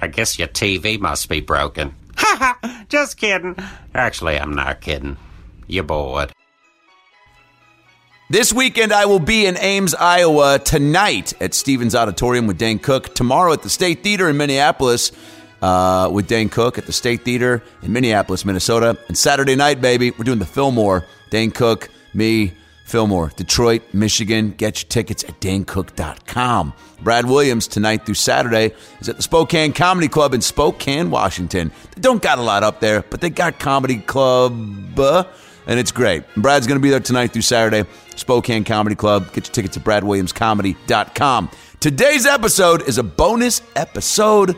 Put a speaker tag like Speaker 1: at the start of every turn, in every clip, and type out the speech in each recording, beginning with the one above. Speaker 1: I guess your TV must be broken. Ha ha! Just kidding. Actually, I'm not kidding. You're bored.
Speaker 2: This weekend, I will be in Ames, Iowa tonight at Stevens Auditorium with Dan Cook. Tomorrow at the State Theater in Minneapolis uh, with Dan Cook at the State Theater in Minneapolis, Minnesota. And Saturday night, baby, we're doing the Fillmore. Dan Cook, me, Fillmore, Detroit, Michigan. Get your tickets at dancook.com. Brad Williams tonight through Saturday is at the Spokane Comedy Club in Spokane, Washington. They don't got a lot up there, but they got comedy club. uh, and it's great. And Brad's going to be there tonight through Saturday, Spokane Comedy Club. Get your tickets at bradwilliamscomedy.com. Today's episode is a bonus episode,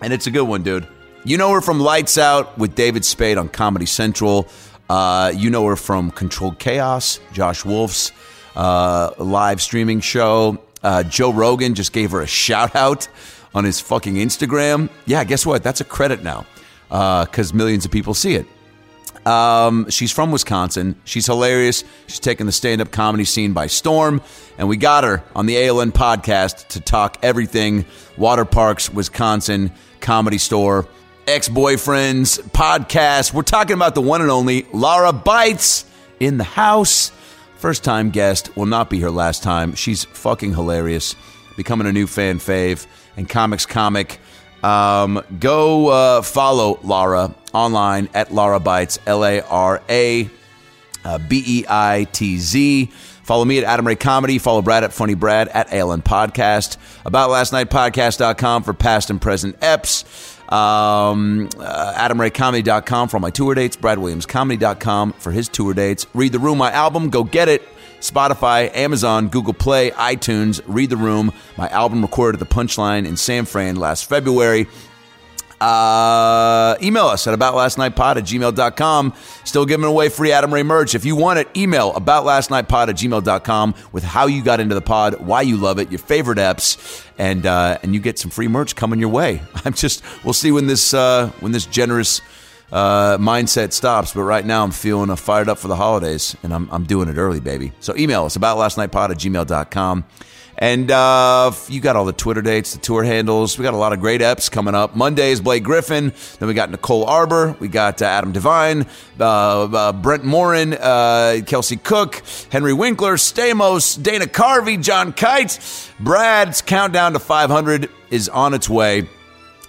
Speaker 2: and it's a good one, dude. You know her from Lights Out with David Spade on Comedy Central. Uh, you know her from Controlled Chaos, Josh Wolf's uh, live streaming show. Uh, Joe Rogan just gave her a shout out on his fucking Instagram. Yeah, guess what? That's a credit now because millions of people see it. Um, she's from Wisconsin. She's hilarious. She's taken the stand up comedy scene by storm. And we got her on the ALN podcast to talk everything water parks, Wisconsin, comedy store, ex boyfriends, podcast. We're talking about the one and only Lara Bites in the house. First time guest will not be her last time. She's fucking hilarious, becoming a new fan fave and comics comic. Um, go uh, follow Lara online at Lara Bites, L A R A uh, B E I T Z. Follow me at Adam Ray Comedy. Follow Brad at Funny Brad at ALN Podcast. About Last Night Podcast.com for past and present EPs. Um, uh, AdamRayComedy.com for all my tour dates. BradWilliamsComedy.com for his tour dates. Read the Room, my album. Go get it. Spotify, Amazon, Google Play, iTunes. Read the Room, my album recorded at the Punchline in San Fran last February. Uh, email us at aboutlastnightpod at gmail.com. Still giving away free Adam Ray merch. If you want it, email aboutlastnightpod at gmail.com with how you got into the pod, why you love it, your favorite apps, and uh, and you get some free merch coming your way. I'm just we'll see when this uh, when this generous uh, mindset stops, but right now I'm feeling uh, fired up for the holidays and I'm, I'm doing it early, baby. So email us about lastnightpod at gmail.com. And uh, you got all the Twitter dates, the tour handles. We got a lot of great eps coming up. Monday is Blake Griffin. Then we got Nicole Arbor. We got uh, Adam Devine, uh, uh, Brent Morin, uh, Kelsey Cook, Henry Winkler, Stamos, Dana Carvey, John Kite. Brad's countdown to 500 is on its way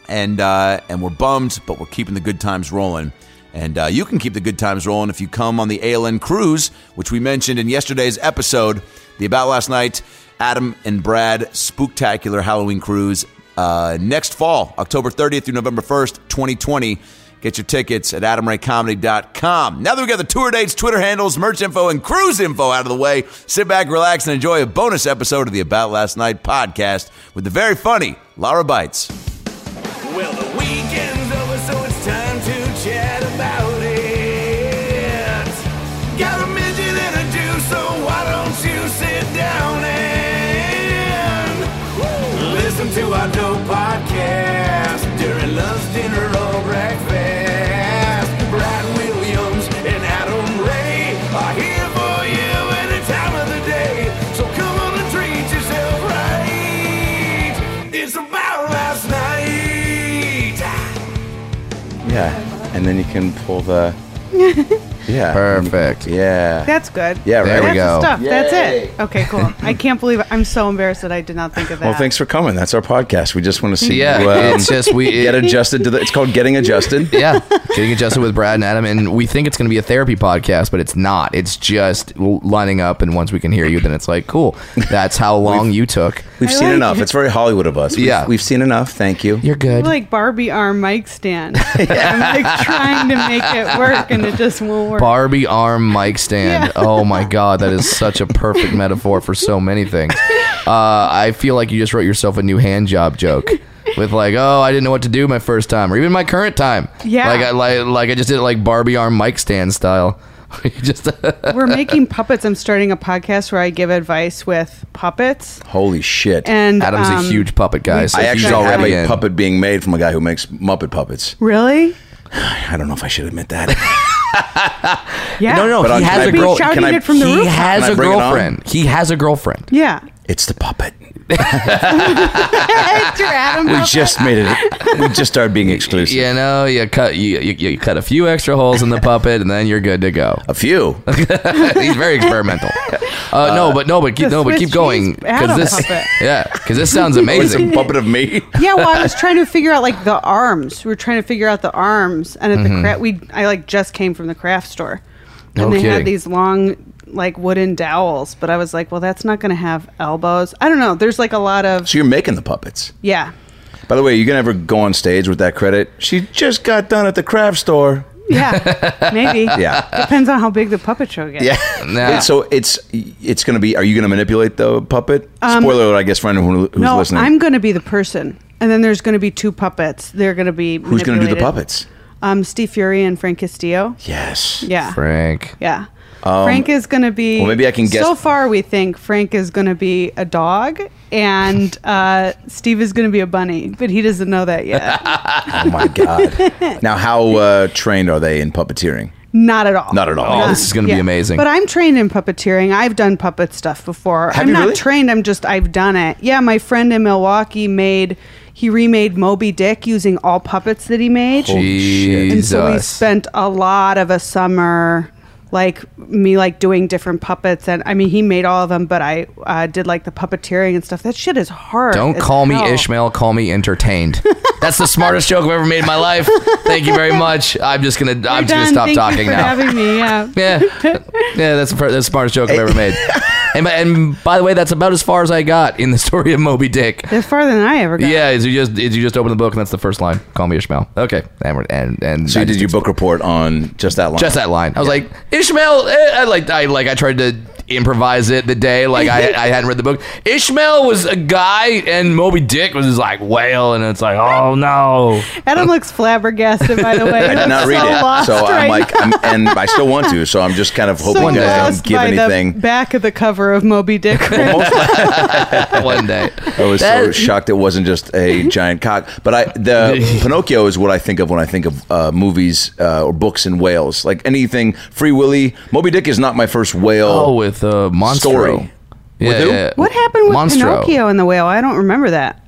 Speaker 2: and uh, and we're bummed, but we're keeping the good times rolling. And uh, you can keep the good times rolling if you come on the ALN cruise, which we mentioned in yesterday's episode, the About Last Night, Adam and Brad Spooktacular Halloween Cruise uh, next fall, October 30th through November 1st, 2020. Get your tickets at adamraycomedy.com. Now that we got the tour dates, Twitter handles, merch info, and cruise info out of the way, sit back, relax, and enjoy a bonus episode of the About Last Night podcast with the very funny Lara Bites.
Speaker 3: Well, the weekend's over, so it's time to chat about it. Got a midget and a Jew, so why don't you sit down and listen to our dope podcast during lunch, dinner, or breakfast. Brad Williams and Adam Ray are here for you any time of the day. So come on and treat yourself right. It's about last night.
Speaker 4: Yeah, and then you can pull the. yeah.
Speaker 5: Perfect.
Speaker 4: Yeah.
Speaker 6: That's good.
Speaker 4: Yeah. Right.
Speaker 5: There we
Speaker 6: That's
Speaker 5: go.
Speaker 6: the stuff. That's it. Okay, cool. I can't believe I'm so embarrassed that I did not think of that.
Speaker 4: Well, thanks for coming. That's our podcast. We just want to see
Speaker 5: Yeah,
Speaker 4: you. um,
Speaker 5: it's just we
Speaker 4: get adjusted to the. It's called getting adjusted.
Speaker 5: yeah, getting adjusted with Brad and Adam, and we think it's going to be a therapy podcast, but it's not. It's just l- lining up, and once we can hear you, then it's like, cool. That's how long you took.
Speaker 4: We've
Speaker 6: I
Speaker 4: seen
Speaker 6: like
Speaker 4: enough.
Speaker 6: it.
Speaker 4: It's very Hollywood of us. We've,
Speaker 5: Yeah.
Speaker 4: We've seen enough. Thank you.
Speaker 5: You're good.
Speaker 6: I'm like Barbie arm mic stand. I'm like trying to make it work and it just won't work.
Speaker 5: Barbie arm mic stand.
Speaker 6: Yeah.
Speaker 5: Oh my god, that is such a perfect metaphor for so many things. Uh, I feel like you just wrote yourself a new hand job joke. with like, oh, I didn't know what to do my first time, or even my current time.
Speaker 6: Yeah.
Speaker 5: like I like, like I just did it like Barbie arm mic stand style. You just
Speaker 6: We're making puppets. I'm starting a podcast where I give advice with puppets.
Speaker 2: Holy shit.
Speaker 6: And
Speaker 5: Adam's
Speaker 6: um,
Speaker 5: a huge puppet guy. So
Speaker 2: I
Speaker 5: he's
Speaker 2: actually have
Speaker 5: already
Speaker 2: a
Speaker 5: in.
Speaker 2: puppet being made from a guy who makes Muppet puppets.
Speaker 6: Really?
Speaker 2: I don't know if I should admit that.
Speaker 6: Yeah.
Speaker 5: No, no,
Speaker 2: But
Speaker 5: he
Speaker 2: on- can
Speaker 5: has
Speaker 2: I
Speaker 5: a
Speaker 2: bring-
Speaker 5: girl.
Speaker 6: can I-
Speaker 5: he
Speaker 6: rooftop.
Speaker 5: has
Speaker 2: Can I
Speaker 5: a
Speaker 2: bring it on?
Speaker 5: girlfriend. He has a girlfriend.
Speaker 6: Yeah.
Speaker 2: it's the puppet.
Speaker 6: Enter Adam.
Speaker 2: We just made it. We just started being exclusive.
Speaker 5: You know, you cut you, you, you cut a few extra holes in the puppet, and then you're good to go.
Speaker 2: A few.
Speaker 5: He's very experimental. Uh, no, but no, but keep,
Speaker 6: the
Speaker 5: no, but
Speaker 6: Swiss
Speaker 5: keep going
Speaker 6: cheese Adam
Speaker 5: this
Speaker 6: puppet.
Speaker 5: yeah, because this sounds
Speaker 2: It's a
Speaker 5: amazing.
Speaker 2: puppet of me.
Speaker 6: yeah, well, I was trying to figure out like the arms. We were trying to figure out the arms, and at
Speaker 2: Mm-hmm.
Speaker 6: the craft, we I like just came from the craft store, and
Speaker 5: No
Speaker 6: they
Speaker 5: kidding.
Speaker 6: had these long like wooden dowels. But I was like, well, that's not going to have elbows. I don't know. There's like a lot of
Speaker 2: So you're making the puppets.
Speaker 6: yeah,
Speaker 2: By the way, you can ever go on stage with that credit. She just got done at the craft store.
Speaker 6: yeah, maybe
Speaker 2: Yeah.
Speaker 6: depends on how big the puppet show gets.
Speaker 2: Yeah.
Speaker 5: Nah.
Speaker 2: So it's it's going to be. Are you going to manipulate the puppet? Spoiler alert, I guess, for anyone who, who's
Speaker 6: Um, no,
Speaker 2: listening.
Speaker 6: I'm going to be the person, and then there's going to be two puppets. They're going to be
Speaker 2: who's going to do the
Speaker 6: manipulated.
Speaker 2: puppets?
Speaker 6: Um, Steve Fury and Frank Castillo.
Speaker 2: Yes.
Speaker 6: Yeah,
Speaker 5: Frank.
Speaker 6: Yeah. Frank is going to be.
Speaker 2: Um, well, maybe I can guess-
Speaker 6: So far, we think Frank is going to be a dog, and uh, Steve is going to be a bunny, but he doesn't know that yet.
Speaker 2: Oh my god. now, how uh, trained are they in puppeteering?
Speaker 6: Not at all.
Speaker 2: Not at all.
Speaker 5: Oh, this is going to
Speaker 6: Yeah.
Speaker 5: be amazing.
Speaker 6: But I'm trained in puppeteering. I've done puppet stuff before.
Speaker 2: Have
Speaker 6: I'm
Speaker 2: you
Speaker 6: not
Speaker 2: really?
Speaker 6: trained. I'm just I've done it. Yeah, my friend in Milwaukee made he remade Moby Dick using all puppets that he made. Oh, And so we
Speaker 5: Jesus.
Speaker 6: spent a lot of a summer like me like doing different puppets and I mean he made all of them but I uh, did like the puppeteering and stuff. That shit is hard.
Speaker 5: Don't
Speaker 6: as
Speaker 5: call me
Speaker 6: hell.
Speaker 5: Ishmael. Call me entertained. That's the smartest joke I've ever made in my life. Thank you very much. I'm just gonna.
Speaker 6: We're
Speaker 5: I'm just gonna
Speaker 6: done.
Speaker 5: stop
Speaker 6: Thank
Speaker 5: talking
Speaker 6: you for
Speaker 5: now.
Speaker 6: Having me, yeah.
Speaker 5: Yeah, yeah, that's the fir- that's the smartest joke I've ever made. And, by- and by the way, that's about as far as I got in the story of Moby Dick.
Speaker 6: That's farther than I ever got.
Speaker 5: Yeah, is you just is you just open the book and that's the first line. Call me Ishmael. Okay, and we're- and and
Speaker 2: So
Speaker 5: I
Speaker 2: you did
Speaker 5: just-
Speaker 2: your book report on just that line.
Speaker 5: just that line. I was like Ishmael. eh, I like I like I tried to improvise it the day like I I hadn't read the book. Ishmael was a guy and Moby Dick was this like whale and it's like oh no.
Speaker 6: Adam looks flabbergasted by the way.
Speaker 2: I did not read it, so I'm like, I'm, and I still want to. So I'm just kind of hoping
Speaker 6: so
Speaker 2: you guys
Speaker 6: lost
Speaker 2: don't give
Speaker 6: by the
Speaker 2: anything.
Speaker 6: back of the cover of Moby Dick.
Speaker 5: One day
Speaker 2: I was so
Speaker 5: That-
Speaker 2: shocked it wasn't just a giant cock. But I, the Pinocchio is what I think of when I think of uh, movies uh, or books in Wales, like anything. Free Willy, Moby Dick is not my first whale.
Speaker 5: oh with uh, Monstro.
Speaker 2: Story.
Speaker 5: Yeah,
Speaker 2: With who?
Speaker 5: yeah.
Speaker 6: what happened with
Speaker 5: Monstro.
Speaker 6: Pinocchio and the whale? I don't remember that.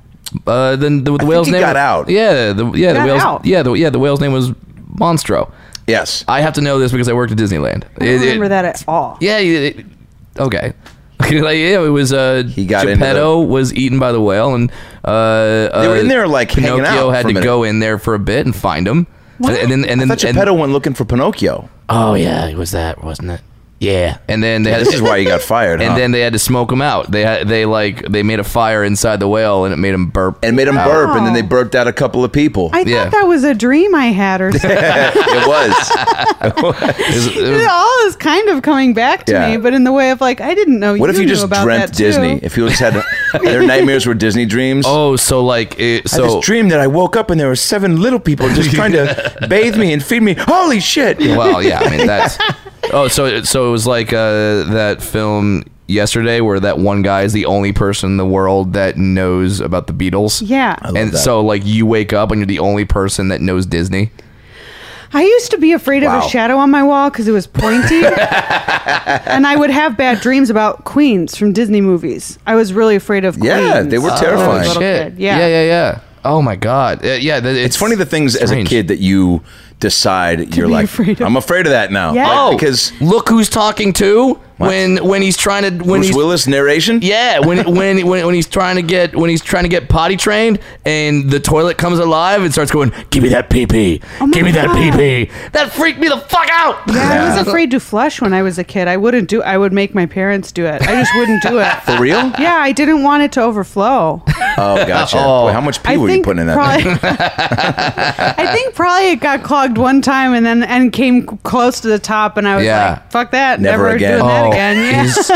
Speaker 5: Uh, then the, the whale's
Speaker 2: he
Speaker 5: name
Speaker 2: got out.
Speaker 5: Yeah, the, yeah, the
Speaker 6: Got
Speaker 5: whale's
Speaker 6: out.
Speaker 5: yeah, the, yeah, the whale's name was Monstro.
Speaker 2: yes,
Speaker 5: I have to know this because I worked at Disneyland.
Speaker 6: I don't
Speaker 5: It- it-
Speaker 6: remember that at all.
Speaker 5: Yeah. it- it- okay. like, yeah, it was. Uh, he
Speaker 2: got into
Speaker 5: Geppetto was eaten by the whale, and uh,
Speaker 2: They were
Speaker 5: uh,
Speaker 2: in there, like, hanging
Speaker 5: Pinocchio
Speaker 2: out
Speaker 5: had
Speaker 2: for a
Speaker 5: to
Speaker 2: minute.
Speaker 5: go in there for a bit and find him. And, and then and
Speaker 2: I
Speaker 5: then
Speaker 2: thought
Speaker 5: and-
Speaker 2: Geppetto went looking for Pinocchio.
Speaker 5: oh yeah, it was that, wasn't it? Yeah. And then they had
Speaker 2: This is why he got fired.
Speaker 5: and
Speaker 2: huh?
Speaker 5: then they had to smoke him out. They had they like they made a fire inside the whale and it made him burp.
Speaker 2: and made him burp, and then they burped out a couple of people.
Speaker 6: I thought
Speaker 5: Yeah.
Speaker 6: that was a dream I had or something.
Speaker 2: it was.
Speaker 5: It was- it was-
Speaker 6: It all is kind of coming back to
Speaker 2: Yeah.
Speaker 6: me, but in the way of like, I didn't know.
Speaker 2: What if you
Speaker 6: knew
Speaker 2: just
Speaker 6: about
Speaker 2: dreamt
Speaker 6: that, too.
Speaker 2: Disney? If you just had their nightmares were Disney dreams.
Speaker 5: oh, so like it, so
Speaker 2: I just dreamed that I woke up and there were seven little people just trying to bathe me and feed me. Holy shit!
Speaker 5: Well, yeah, I mean that's. Oh, so it- so it was like uh, that film yesterday where that one guy is the only person in the world that knows about the Beatles.
Speaker 6: Yeah. I love
Speaker 5: and
Speaker 2: that.
Speaker 5: so like you wake up and you're the only person that knows Disney.
Speaker 6: I used to be afraid of
Speaker 2: Wow.
Speaker 6: a shadow on my wall because it was pointy, and I would have bad dreams about queens from Disney movies. I was really afraid of.
Speaker 2: Yeah,
Speaker 6: queens
Speaker 2: they were
Speaker 6: when I was a
Speaker 2: terrifying.
Speaker 6: little
Speaker 5: Shit.
Speaker 6: kid. Yeah.
Speaker 5: yeah, yeah, yeah. Oh my god. Uh, yeah, that,
Speaker 2: It's funny the things as a
Speaker 5: strange.
Speaker 2: kid that you decide you're
Speaker 6: be
Speaker 2: like,
Speaker 6: afraid of.
Speaker 2: I'm afraid of that now.
Speaker 6: Yeah.
Speaker 2: Like,
Speaker 5: Oh,
Speaker 2: because
Speaker 5: look who's talking to when when he's trying to when
Speaker 2: Bruce
Speaker 5: he's
Speaker 2: Willis narration.
Speaker 5: Yeah, when, when when when he's trying to get when he's trying to get potty trained, and the toilet comes alive and starts going, "Give me that pee pee,
Speaker 6: Oh my
Speaker 5: give me that
Speaker 6: God.
Speaker 5: pee pee." That freaked me the fuck out.
Speaker 6: Yeah, I was afraid to flush when I was a kid. I wouldn't do. I would make my parents do it. I just wouldn't do it.
Speaker 2: For real?
Speaker 6: Yeah, I didn't want it to overflow.
Speaker 2: Oh, gotcha. Boy, how much pee
Speaker 6: I
Speaker 2: were you
Speaker 6: think
Speaker 2: putting in that?
Speaker 6: Probably, I think probably it got clogged one time and then and came close to the top, and I was
Speaker 5: Yeah. Oh.
Speaker 6: like, "Fuck that!
Speaker 2: Never
Speaker 6: Never,
Speaker 2: again."
Speaker 6: doing that again." Yeah.
Speaker 5: is,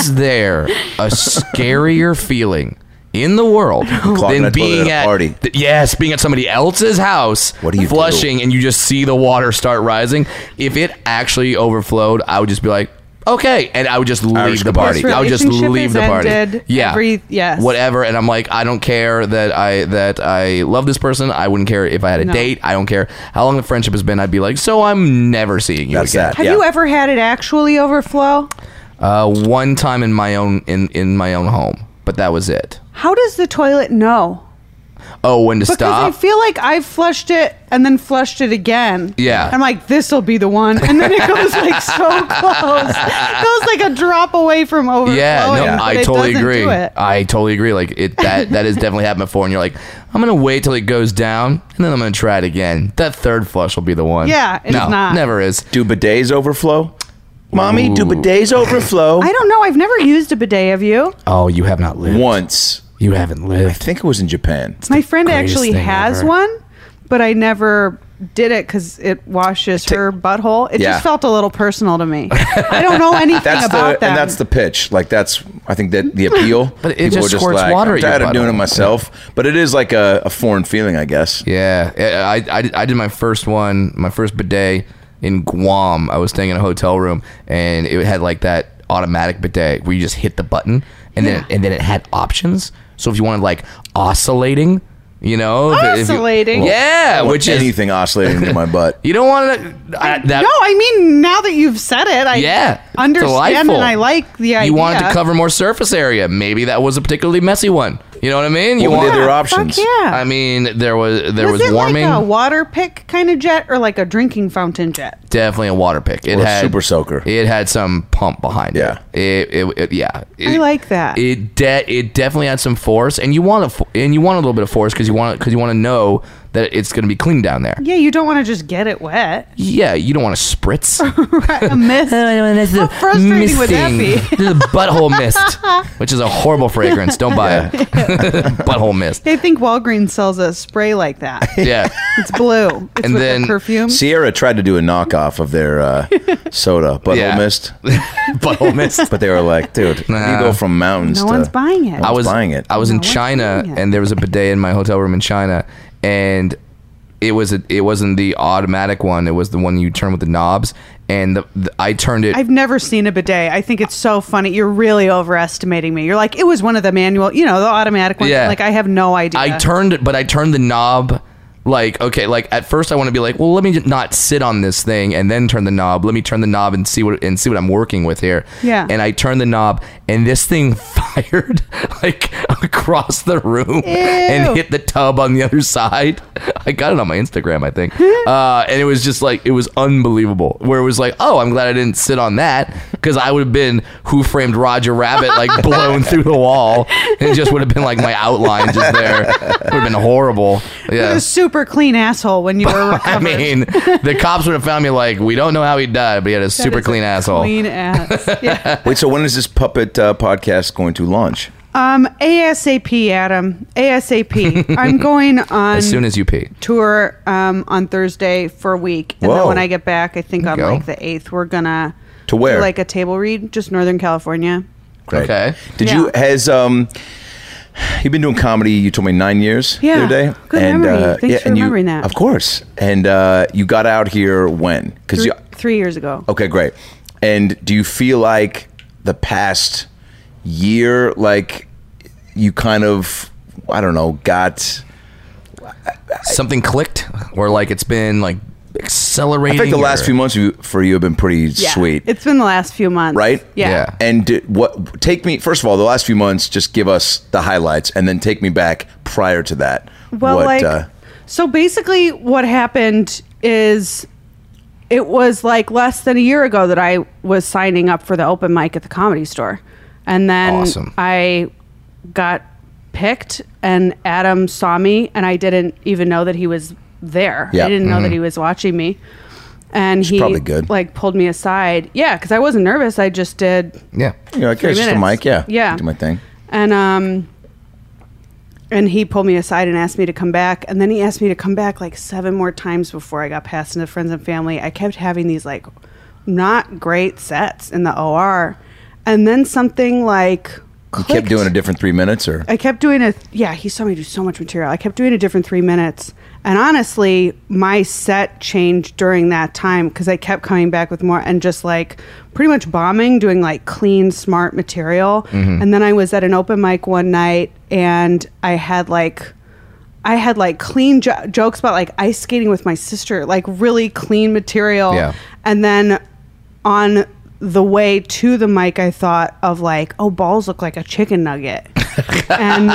Speaker 5: is there a scarier feeling in the world
Speaker 2: Clogging
Speaker 5: than
Speaker 2: a toilet
Speaker 5: being
Speaker 2: at a
Speaker 5: at,
Speaker 2: party.
Speaker 5: th- yes, being at somebody else's house,
Speaker 2: What do you do?
Speaker 5: flushing, and you just see the water start rising. If it actually overflowed, I would just be like, okay, and I would just leave
Speaker 2: Irish
Speaker 5: the
Speaker 2: kabardi.
Speaker 5: party. I would just
Speaker 6: Relationship
Speaker 5: leave
Speaker 6: is
Speaker 5: the party.
Speaker 6: ended.
Speaker 5: yeah,
Speaker 6: Every- yes.
Speaker 5: whatever. And I'm like, I don't care that I that I love this person. I wouldn't care if I had a
Speaker 6: No.
Speaker 5: date. I don't care how long the friendship has been. I'd be like, so I'm never seeing you
Speaker 2: That's
Speaker 5: again.
Speaker 2: that.
Speaker 6: Have
Speaker 2: yeah.
Speaker 6: you e- ever had it actually overflow?
Speaker 5: Uh, one time in my own in in my own home, but that was it.
Speaker 6: How does the toilet know?
Speaker 5: Oh, when to
Speaker 6: Because
Speaker 5: stop?
Speaker 6: I feel like I flushed it and then flushed it again.
Speaker 5: Yeah.
Speaker 6: I'm like, this'll be the one. And then it goes like so close. It goes like a drop away from overflowing.
Speaker 5: yeah, no,
Speaker 6: but
Speaker 5: I
Speaker 6: it
Speaker 5: totally
Speaker 6: doesn't do
Speaker 5: agree.
Speaker 6: it.
Speaker 5: I totally agree. Like it that that has definitely happened before, and you're like, I'm gonna wait till it goes down, and then I'm gonna try it again. That third flush will be the one.
Speaker 6: Yeah, it's
Speaker 5: no,
Speaker 6: not.
Speaker 5: never is.
Speaker 2: Do bidets overflow? Mommy, do bidets overflow?
Speaker 6: I don't know. I've never used a bidet. Have you?
Speaker 5: Oh, you have not lived.
Speaker 2: Once.
Speaker 5: You haven't lived.
Speaker 2: I think it was in Japan.
Speaker 6: My friend
Speaker 5: greatest
Speaker 6: actually
Speaker 5: thing
Speaker 6: has
Speaker 5: ever.
Speaker 6: one, but I never did it because it washes her butthole. It
Speaker 2: Yeah.
Speaker 6: just felt a little personal to me. I don't know anything
Speaker 2: That's
Speaker 6: about
Speaker 2: the
Speaker 6: that.
Speaker 2: and that's the pitch. Like that's I think that the appeal.
Speaker 5: But it
Speaker 2: People
Speaker 5: just
Speaker 2: are
Speaker 5: squirts water
Speaker 2: I'm
Speaker 5: at your
Speaker 2: tired of doing it
Speaker 5: butthole.
Speaker 2: myself. But it is like a, a foreign feeling, I guess.
Speaker 5: Yeah, I, I, I did my first one, my first bidet in Guam. I was staying in a hotel room, and it had like that automatic bidet where you just hit the button, and then and then it had options. So if you wanted like oscillating, you know, if- if you-
Speaker 6: Oscillating?
Speaker 5: yeah,
Speaker 2: I want
Speaker 5: which is
Speaker 2: anything oscillating in my butt.
Speaker 5: you don't want to. I, that,
Speaker 6: no, I mean now that you've said it, I
Speaker 5: yeah,
Speaker 6: understand
Speaker 5: delightful.
Speaker 6: and I like the idea.
Speaker 5: You wanted to cover more surface area. Maybe that was a particularly messy one. You know what I mean? You
Speaker 2: What were
Speaker 5: want.
Speaker 2: the other
Speaker 6: Fuck
Speaker 2: options?
Speaker 6: yeah.
Speaker 5: I mean, there was there
Speaker 6: was,
Speaker 5: was,
Speaker 6: it
Speaker 5: warming.
Speaker 6: like a water pick kind of jet or like a drinking fountain jet?
Speaker 5: definitely a water pick. It
Speaker 2: Or a
Speaker 5: had
Speaker 2: super soaker.
Speaker 5: It had some pump behind
Speaker 2: Yeah.
Speaker 5: it. It, it, it yeah.
Speaker 6: I
Speaker 5: It-
Speaker 6: like that.
Speaker 5: It de- it definitely had some force, and you want to and you want a little bit of force because you want because you want to know that it's going to be clean down there.
Speaker 6: yeah, you don't want to just get it wet.
Speaker 5: Yeah, you don't want to spritz.
Speaker 6: A mist. How frustrating would that be?
Speaker 5: This is a butthole mist, which is a horrible fragrance. Don't buy it. butthole mist.
Speaker 6: I think Walgreens sells a spray like that.
Speaker 5: Yeah.
Speaker 6: It's blue. It's
Speaker 5: And
Speaker 6: with
Speaker 5: then-
Speaker 6: a perfume.
Speaker 2: Sierra tried to do a knockoff of their uh, soda, but
Speaker 5: Yeah.
Speaker 2: mist.
Speaker 5: butthole mist.
Speaker 2: But they were like, dude,
Speaker 5: Nah.
Speaker 2: you go from mountains
Speaker 6: no
Speaker 2: to
Speaker 6: one's buying it.
Speaker 5: I was
Speaker 2: buying it.
Speaker 5: I was in
Speaker 6: one's
Speaker 5: China,
Speaker 6: buying it.
Speaker 5: and there was a bidet in my hotel room in China, and it was a, it wasn't the automatic one. It was the one you turn with the knobs, and the, the, I turned it.
Speaker 6: I've never seen a bidet. I think it's so funny. You're really overestimating me. You're like, it was one of the manual, you know, the automatic ones.
Speaker 5: Yeah.
Speaker 6: Like, I have no idea.
Speaker 5: I turned it, but I turned the knob. Like okay, like at first I want to be like, well, let me just not sit on this thing and then turn the knob. Let me turn the knob and see what and see what I'm working with here.
Speaker 6: Yeah.
Speaker 5: And I turned the knob, and this thing fired like across the room and hit the tub on the other side. I got it on my Instagram, I think. uh, and it was just like it was unbelievable. Where it was like, oh, I'm glad I didn't sit on that because I would have been Who Framed Roger Rabbit like blown through the wall, and it just would have been like my outline just there. It would have been horrible.
Speaker 6: You're
Speaker 5: Yeah.
Speaker 6: a super clean asshole when you were
Speaker 5: I
Speaker 6: recovered.
Speaker 5: mean, the cops would have found me like, we don't know how he died, but he had a super
Speaker 6: is
Speaker 5: clean
Speaker 6: a
Speaker 5: asshole.
Speaker 6: Clean ass. Yeah.
Speaker 2: Wait, so when is this puppet uh, podcast going to launch?
Speaker 6: Um, ASAP, Adam. ASAP. I'm going on
Speaker 5: As soon as you pee.
Speaker 6: tour um, on Thursday for a week, and
Speaker 2: Whoa.
Speaker 6: then when I get back, I think on
Speaker 5: go.
Speaker 6: like the eighth, we're gonna
Speaker 2: To where?
Speaker 6: do, like a table read, just Northern California.
Speaker 2: Great.
Speaker 5: Okay.
Speaker 2: Did you
Speaker 6: Yeah.
Speaker 2: has um you've been doing comedy, you told me nine years the
Speaker 6: Yeah.
Speaker 2: other day.
Speaker 6: Good memory. Thanks for
Speaker 2: and you-
Speaker 6: remembering that.
Speaker 2: Of course. And uh you got out here when? Because
Speaker 6: Three,
Speaker 2: you
Speaker 6: three years
Speaker 5: Oh,
Speaker 6: ago.
Speaker 2: Okay, great. And do you feel like the past year like you kind of I don't know, got
Speaker 5: something clicked or like it's been like accelerating
Speaker 2: I think the last
Speaker 5: or-
Speaker 2: few months you- for you have been pretty
Speaker 6: Yeah.
Speaker 2: sweet.
Speaker 6: It's been the last few months,
Speaker 2: Right?
Speaker 6: Yeah.
Speaker 5: Yeah.
Speaker 2: And did, what take me first of all the last few months just give us the highlights and then take me back prior to that.
Speaker 6: Well,
Speaker 2: What,
Speaker 6: like,
Speaker 2: uh,
Speaker 6: so basically, what happened is it was like less than a year ago that I was signing up for the open mic at the comedy store. And then
Speaker 5: Awesome.
Speaker 6: I got picked, and Adam saw me, and I didn't even know that he was there.
Speaker 2: Yeah. Mm-hmm.
Speaker 6: I didn't know that he was watching me. And he
Speaker 2: probably good.
Speaker 6: like pulled me aside. Yeah, because I wasn't nervous. I just did
Speaker 5: yeah
Speaker 2: You're like,
Speaker 6: Three
Speaker 2: yeah, it's just a
Speaker 6: minutes.
Speaker 2: mic, yeah.
Speaker 6: Yeah.
Speaker 2: Do my thing.
Speaker 6: and um and he pulled me aside and asked me to come back and then he asked me to come back like seven more times before i got passed into friends and family i kept having these like not great sets in the or and then something like
Speaker 2: You
Speaker 6: clicked.
Speaker 2: kept doing a different three minutes, or
Speaker 6: I kept doing a yeah. He saw me do so much material. I kept doing a different three minutes, and honestly, my set changed during that time because I kept coming back with more and just like pretty much bombing, doing like clean, smart material. And then I was at an open mic one night, and I had like. I had like clean jo- jokes about like ice skating with my sister, like really clean material.
Speaker 2: Yeah.
Speaker 6: And then on the way to the mic, I thought of like, oh, balls look like a chicken nugget. and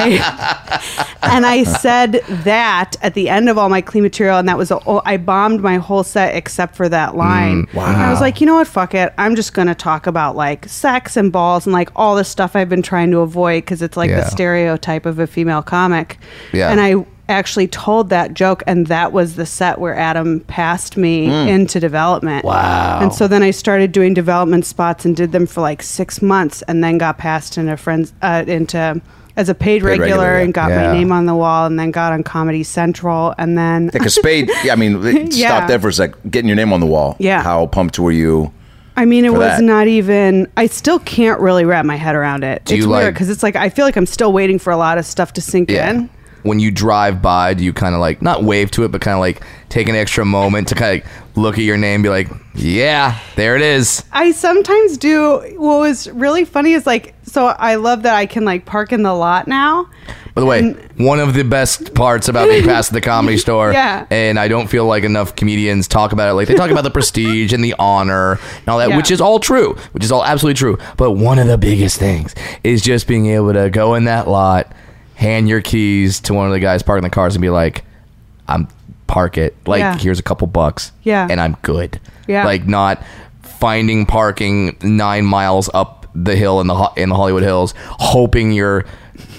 Speaker 6: I and I said that at the end of all my clean material, and that was a, oh, I bombed my whole set except for that line. wow! I was like, you know what? Fuck it. I'm just gonna talk about like sex and balls and like all the stuff I've been trying to avoid because it's like
Speaker 5: Yeah.
Speaker 6: the stereotype of a female comic.
Speaker 5: Yeah.
Speaker 6: And I actually told that joke, and that was the set where Adam passed me into development. Wow. And so then I started doing development spots and did them for like six months, and then got passed into friends uh, into as a paid, regular,
Speaker 2: regular, yeah.
Speaker 6: and got
Speaker 5: Yeah.
Speaker 6: my name on the wall, and then got on Comedy Central, and then
Speaker 2: like a spade. Yeah, I mean, it-
Speaker 6: Yeah.
Speaker 2: stop there for a sec. Getting your name on the wall.
Speaker 6: Yeah.
Speaker 2: How pumped were you?
Speaker 6: I mean, it
Speaker 2: for
Speaker 6: was
Speaker 2: that.
Speaker 6: not even. I still can't really wrap my head around it.
Speaker 5: Do
Speaker 6: it's
Speaker 5: you
Speaker 6: weird
Speaker 5: like-
Speaker 6: because it's like I feel like I'm still waiting for a lot of stuff to sink in.
Speaker 5: When you drive by, do you kind of like not wave to it, but kind of like take an extra moment to kind of like look at your name, and be like, "Yeah, there it is."
Speaker 6: I sometimes do. What was really funny is like, so I love that I can like park in the lot now.
Speaker 5: By the way, one of the best parts about being past the comedy store,
Speaker 6: Yeah.
Speaker 5: and I don't feel like enough comedians talk about it. Like they talk about the prestige and the honor and all that,
Speaker 6: Yeah.
Speaker 5: which is all true, which is all absolutely true. But one of the biggest things is just being able to go in that lot, hand your keys to one of the guys parking the cars, and be like, "I'm park it. Like
Speaker 6: Yeah.
Speaker 5: here's a couple bucks,
Speaker 6: Yeah.
Speaker 5: and I'm good.
Speaker 6: Yeah.
Speaker 5: like not finding parking nine miles up the hill in the Ho- in the Hollywood Hills, hoping your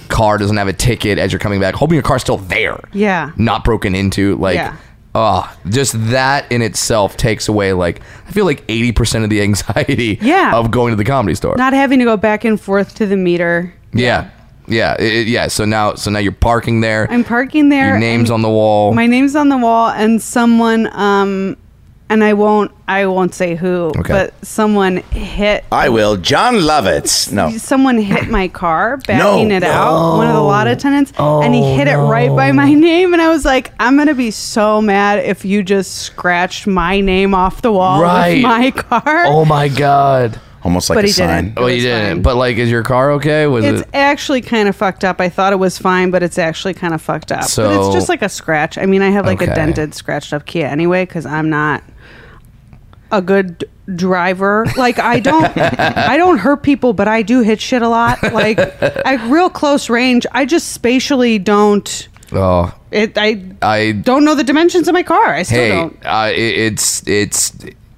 Speaker 5: car doesn't have a ticket as you're coming back, hoping your car's still there.
Speaker 6: Yeah.
Speaker 5: not broken into. Like,
Speaker 6: Yeah.
Speaker 5: ah, just that in itself takes away. Like, I feel like eighty percent of the anxiety.
Speaker 6: Yeah.
Speaker 5: of going to the comedy store.
Speaker 6: Not having to go back and forth to the meter.
Speaker 5: yeah. Yeah, it, it- yeah. So now, so now you're parking there.
Speaker 6: I'm parking there.
Speaker 5: Your name's
Speaker 6: and
Speaker 5: on the wall.
Speaker 6: My name's on the wall, and someone, um, and I won't, I won't say who,
Speaker 5: Okay.
Speaker 6: but someone hit.
Speaker 2: I will. John Lovitz. No.
Speaker 6: Someone hit my car, backing
Speaker 2: No.
Speaker 6: it out. One of the lot attendants, and he hit it right by my name, and I was like, "I'm gonna be so mad if you just scratched my name off the wall
Speaker 5: Right.
Speaker 6: with my car."
Speaker 5: oh my god.
Speaker 2: Almost like
Speaker 6: But
Speaker 2: a
Speaker 6: he
Speaker 2: sign.
Speaker 6: didn't.
Speaker 5: Well, you
Speaker 6: was
Speaker 5: didn't.
Speaker 6: fine.
Speaker 5: But like, is your car okay? Was
Speaker 6: It's
Speaker 5: it?
Speaker 6: actually kind of fucked up. I thought it was fine, but it's actually kind of fucked up. but
Speaker 5: So-
Speaker 6: it's just like a scratch. I mean, I have like
Speaker 5: Okay.
Speaker 6: a dented, scratched up Kia anyway because I'm not a good d- driver. Like I don't, I don't hurt people, but I do hit shit a lot. Like at real close range, I just spatially don't.
Speaker 5: Oh,
Speaker 6: It, I
Speaker 5: I
Speaker 6: don't know the dimensions of my car. I still
Speaker 5: hey,
Speaker 6: don't.
Speaker 5: uh, it, it's it's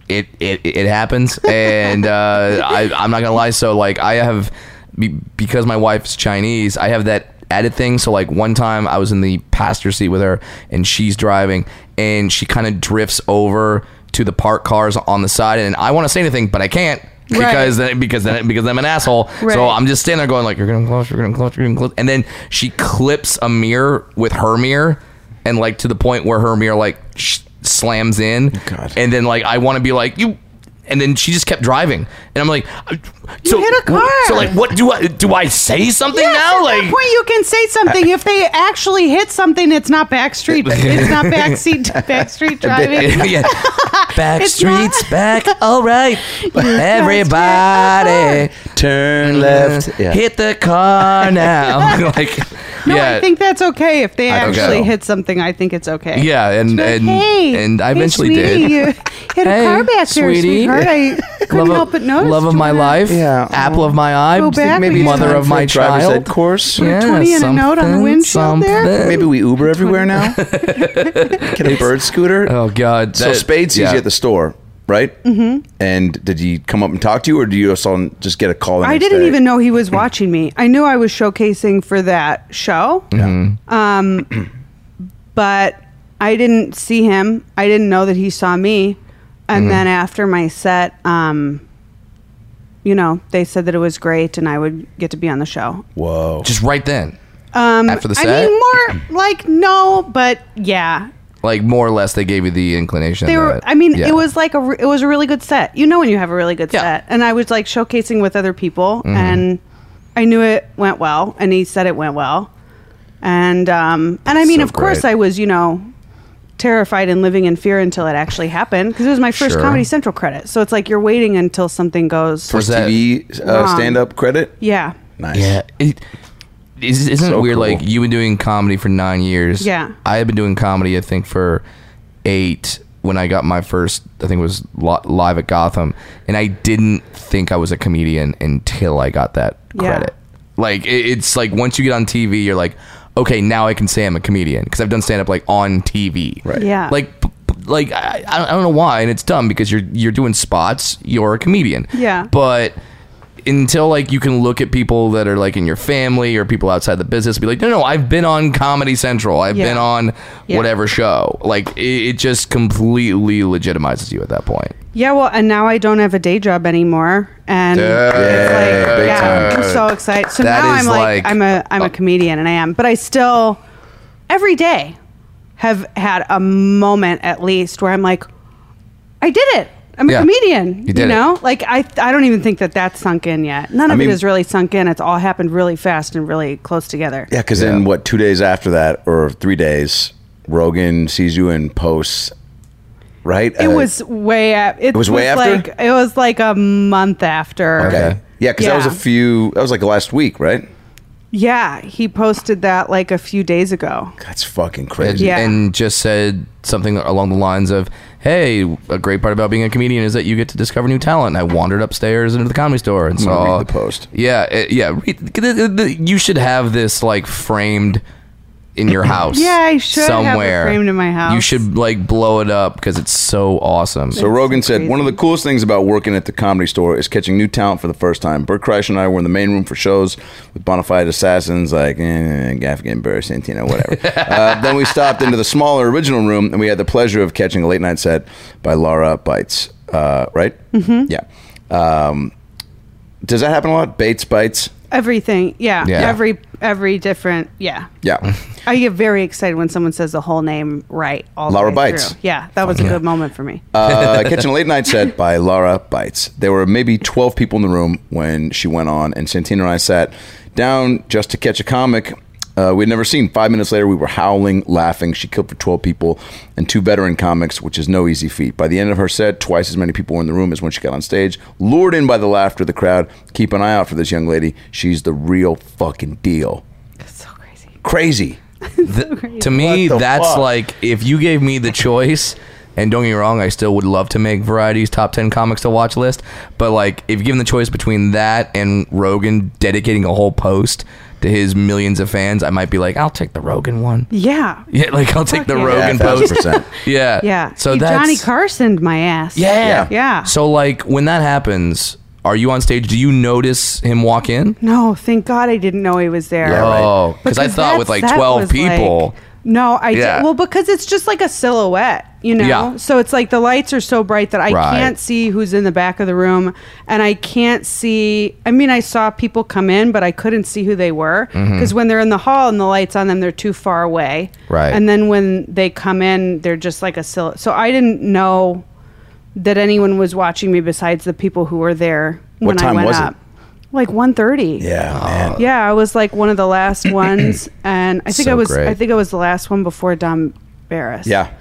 Speaker 5: it it it happens, and uh, I I'm not gonna lie. So like, I have be- because my wife's Chinese, I have that added thing. So like, one time I was in the passenger seat with her, and she's driving, and she kind of drifts over to the parked cars on the side, and I want to say anything, but I can't.
Speaker 6: Right.
Speaker 5: Because then, because then, because I'm an asshole.
Speaker 6: Right.
Speaker 5: So I'm just standing there going like, "You're getting close, you're getting close, you're getting close," and then she clips a mirror with her mirror, and like to the point where her mirror like sh- slams in,
Speaker 2: God.
Speaker 5: and then like I want to be like you, and then she just kept driving, and I'm like, so,
Speaker 6: hit a
Speaker 5: wh-
Speaker 6: car.
Speaker 5: So like, what do I do? I say something
Speaker 6: Yes,
Speaker 5: now?
Speaker 6: at
Speaker 5: Like,
Speaker 6: that point you can say something if they actually hit something. It's not backstreet. It's not backseat. Backstreet driving.
Speaker 5: yeah. Back
Speaker 6: It's
Speaker 5: streets
Speaker 6: not-
Speaker 5: back. All right. Everybody.
Speaker 2: Turn left. Yeah.
Speaker 5: Mm-hmm. Hit the car now. like
Speaker 6: No,
Speaker 5: yeah.
Speaker 6: I think that's okay if they
Speaker 5: I think
Speaker 6: actually
Speaker 5: so.
Speaker 6: hit something. I think it's okay.
Speaker 5: yeah, and
Speaker 6: Like,
Speaker 5: and
Speaker 6: hey,
Speaker 5: and I
Speaker 6: hey,
Speaker 5: eventually
Speaker 6: sweetie,
Speaker 5: did.
Speaker 6: You hit a
Speaker 5: Hey,
Speaker 6: car back there,
Speaker 5: sweetie.
Speaker 6: sweetheart. I couldn't help but notice.
Speaker 5: Love of
Speaker 6: Do you
Speaker 5: my
Speaker 6: wanna-
Speaker 5: life.
Speaker 2: Yeah.
Speaker 5: Apple of my eye.
Speaker 6: Go back, Maybe will it's
Speaker 5: mother
Speaker 6: time
Speaker 5: of
Speaker 2: for
Speaker 5: my
Speaker 2: a driver's ed
Speaker 5: child.
Speaker 2: course.
Speaker 6: a 20 and a note on the
Speaker 5: something,
Speaker 6: windshield there?
Speaker 5: something.
Speaker 2: Maybe we Uber everywhere now. Get a bird scooter.
Speaker 5: Oh God.
Speaker 2: so
Speaker 5: that-
Speaker 2: Spade sees
Speaker 5: yeah.
Speaker 2: you at the store, right? Mm-hmm. And did he come up and talk to you, or do you also just get a call? The
Speaker 6: I
Speaker 2: next
Speaker 6: didn't
Speaker 2: day?
Speaker 6: even know he was watching me. I knew I was showcasing for that show. Um, but I didn't see him. I didn't know that he saw me. And
Speaker 5: Mm-hmm.
Speaker 6: then after my set, um, you know, they said that it was great and I would get to be on the show.
Speaker 2: Whoa.
Speaker 5: just right then.
Speaker 6: Um,
Speaker 5: After the
Speaker 6: I
Speaker 5: set?
Speaker 6: mean, more like no, but yeah.
Speaker 5: Like more or less, they gave you the inclination.
Speaker 6: They were.
Speaker 5: that-
Speaker 6: I mean,
Speaker 5: yeah.
Speaker 6: it was like a. re- It was a really good set. You know when you have a really good
Speaker 5: Yeah.
Speaker 6: set, and I was like showcasing with other people, and I knew it went well, and he said it went well, and um, and I mean,
Speaker 2: So
Speaker 6: of course,
Speaker 2: great.
Speaker 6: I was you know terrified and living in fear until it actually happened because it was my first
Speaker 2: Sure.
Speaker 6: Comedy Central credit. So it's like you're waiting until something goes.
Speaker 2: First
Speaker 5: that-
Speaker 2: TV uh,
Speaker 6: Wrong.
Speaker 2: stand up credit.
Speaker 6: yeah,
Speaker 2: Nice.
Speaker 5: Yeah. It, is, isn't
Speaker 2: So
Speaker 5: it weird?
Speaker 2: cool.
Speaker 5: Like you've been doing comedy for nine years.
Speaker 6: Yeah.
Speaker 5: I have been doing comedy. I think for eight. When I got my first, I think it was li- live at Gotham, and I didn't think I was a comedian until I got that
Speaker 6: Yeah.
Speaker 5: credit. Like it, it's like once you get on TV, you're like, okay, now I can say I'm a comedian because I've done stand up like on TV. Right.
Speaker 6: Yeah.
Speaker 5: Like. p- p- Like I, I don't- I don't know why, and it's dumb because you're you're doing spots. You're a comedian.
Speaker 6: Yeah.
Speaker 5: But until like you can look at people that are like in your family or people outside the business and be like, no, no, I've been on Comedy Central. I've
Speaker 6: Yeah.
Speaker 5: been on
Speaker 6: Yeah.
Speaker 5: whatever show. Like it, it just completely legitimizes you at that point.
Speaker 6: yeah. Well, and now I don't have a day job anymore, and it's like,
Speaker 2: big
Speaker 6: yeah,
Speaker 2: time.
Speaker 6: I'm so excited. So
Speaker 5: That
Speaker 6: now
Speaker 5: is
Speaker 6: I'm like,
Speaker 5: like-
Speaker 6: I'm a I'm a comedian, and I am, but I still every day have had a moment at least where I'm like, I did it. I'm a
Speaker 5: Yeah.
Speaker 6: comedian. You,
Speaker 5: did it.
Speaker 6: know, like I I don't even think that that's sunk in yet. None of
Speaker 2: mean-
Speaker 6: it has really sunk in. It's all happened really fast and really close together.
Speaker 2: Yeah, because then what? Two days after that, or three days, Rogan sees you and posts. Right.
Speaker 6: It was way. It, it
Speaker 2: was way after?
Speaker 6: Like, it was like a month after.
Speaker 2: Okay. Yeah, because that was a
Speaker 6: Yeah.
Speaker 2: few. That was like last week, right?
Speaker 6: Yeah, he posted that like a few days ago.
Speaker 2: That's fucking
Speaker 5: And,
Speaker 2: crazy.
Speaker 6: Yeah.
Speaker 5: and just said something along the lines of, "Hey, a great part about being a comedian is that you get to discover new talent." I wandered upstairs into the comedy store and
Speaker 2: gonna
Speaker 5: saw
Speaker 2: read the post.
Speaker 5: Yeah, it- yeah. read- the- the- the- You should have this like framed in your house.
Speaker 6: Yeah, I should have it framed in my house.
Speaker 5: You should like blow it up because it's so awesome.
Speaker 2: So Rogan said
Speaker 6: crazy.
Speaker 2: one of the coolest things about working at the comedy store is catching new talent for the first time. Bert Kreischer and I were in the main room for shows with bona fide assassins like eh, Gaffigan, Burr, Santino, whatever. uh, then we stopped into the smaller original room and we had the pleasure of catching a late night set by Laura Bites. Uh, right? Mm-hmm. Yeah. Um, does that happen a lot? Bates Bites.
Speaker 6: Everything. Yeah.
Speaker 5: Yeah.
Speaker 6: Every every different. Yeah.
Speaker 2: Yeah.
Speaker 6: I get very excited when someone says the whole name right. All
Speaker 2: Laura
Speaker 6: the way
Speaker 2: Bites.
Speaker 6: Through. Yeah, that was a good moment for me.
Speaker 2: uh, catching a late night set by Laura Bites. There were maybe 12 people in the room when she went on, and Santino and I sat down just to catch a comic. Uh, we'd never seen. Five minutes later, we were howling, laughing. She killed for 12 people and two veteran comics, which is no easy feat. By the end of her set, twice as many people were in the room as when she got on stage. Lured in by the laughter of the crowd, keep an eye out for this young lady. She's the real fucking deal.
Speaker 6: That's so crazy.
Speaker 2: Crazy.
Speaker 5: to me,
Speaker 2: What the
Speaker 5: that's
Speaker 2: fuck?
Speaker 5: like if you gave me the choice. And don't get me wrong, I still would love to make Variety's top ten comics to watch list. But like, if given the choice between that and Rogan dedicating a whole post to his millions of fans, I might be like, I'll take the Rogan one.
Speaker 6: Yeah.
Speaker 5: Yeah, like I'll take the
Speaker 6: Fuck yeah.
Speaker 5: Rogan post.
Speaker 2: 1000%.
Speaker 5: Yeah,
Speaker 6: Yeah.
Speaker 5: So
Speaker 6: He
Speaker 5: that's
Speaker 6: Johnny Carson, my ass.
Speaker 5: Yeah,
Speaker 6: Yeah.
Speaker 5: So like, when that happens, are you on stage? Do you notice him walk in?
Speaker 6: No, thank God I didn't know he was there.
Speaker 2: Yeah, right.
Speaker 5: Oh, because I thought with
Speaker 6: that's-
Speaker 5: like
Speaker 6: that
Speaker 5: twelve
Speaker 6: was, like-
Speaker 5: people.
Speaker 6: no, I
Speaker 5: Yeah.
Speaker 6: did. Well, because it's just like a silhouette, you know?
Speaker 5: Yeah.
Speaker 6: So it's like the lights are so bright that I
Speaker 5: Right.
Speaker 6: can't see who's in the back of the room. And I can't see. I mean, I saw people come in, but I couldn't see who they were. Because
Speaker 5: Mm-hmm.
Speaker 6: when they're in the hall and the lights on them, they're too far away.
Speaker 5: Right.
Speaker 6: And then when they come in, they're just like a silhouette. So I didn't know that anyone was watching me besides the people who were there
Speaker 2: What
Speaker 6: when I
Speaker 2: time
Speaker 6: went
Speaker 2: was it?
Speaker 6: up. Like 1.30.
Speaker 2: Yeah, man.
Speaker 6: Yeah, I was like one of the last ones, and I think
Speaker 5: So
Speaker 6: I was.
Speaker 5: great.
Speaker 6: I think I was the last one before Dom Barris.
Speaker 2: Yeah.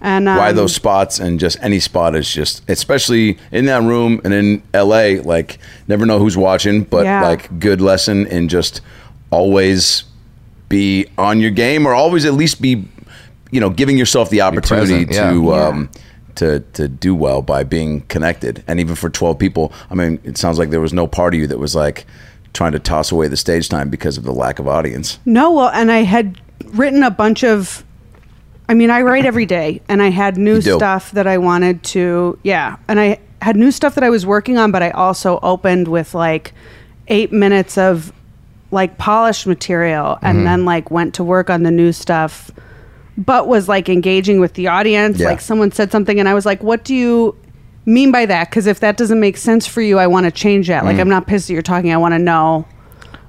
Speaker 6: and um,
Speaker 2: why those spots and just any spot is just especially in that room and in LA like never know who's watching but
Speaker 6: Yeah.
Speaker 2: like good lesson in just always be on your game or always at least be you know giving yourself the opportunity
Speaker 5: present, yeah.
Speaker 2: to um to, to do well by being connected and even for 12 people I mean it sounds like there was no part of you that was like trying to toss away the stage time because of the lack of audience
Speaker 6: No, well, and I had written a bunch of. I mean, I write every day, and I had new
Speaker 2: You do.
Speaker 6: stuff that I wanted to. Yeah, and I had new stuff that I was working on, but I also opened with like eight minutes of like polished material,
Speaker 2: Mm-hmm.
Speaker 6: and then like went to work on the new stuff. But was like engaging with the audience.
Speaker 2: Yeah.
Speaker 6: Like someone said something, and I was like, "What do you mean by that?" Because if that doesn't make sense for you, I want to change that.
Speaker 2: Mm.
Speaker 6: Like I'm not pissed that you're talking. I want to know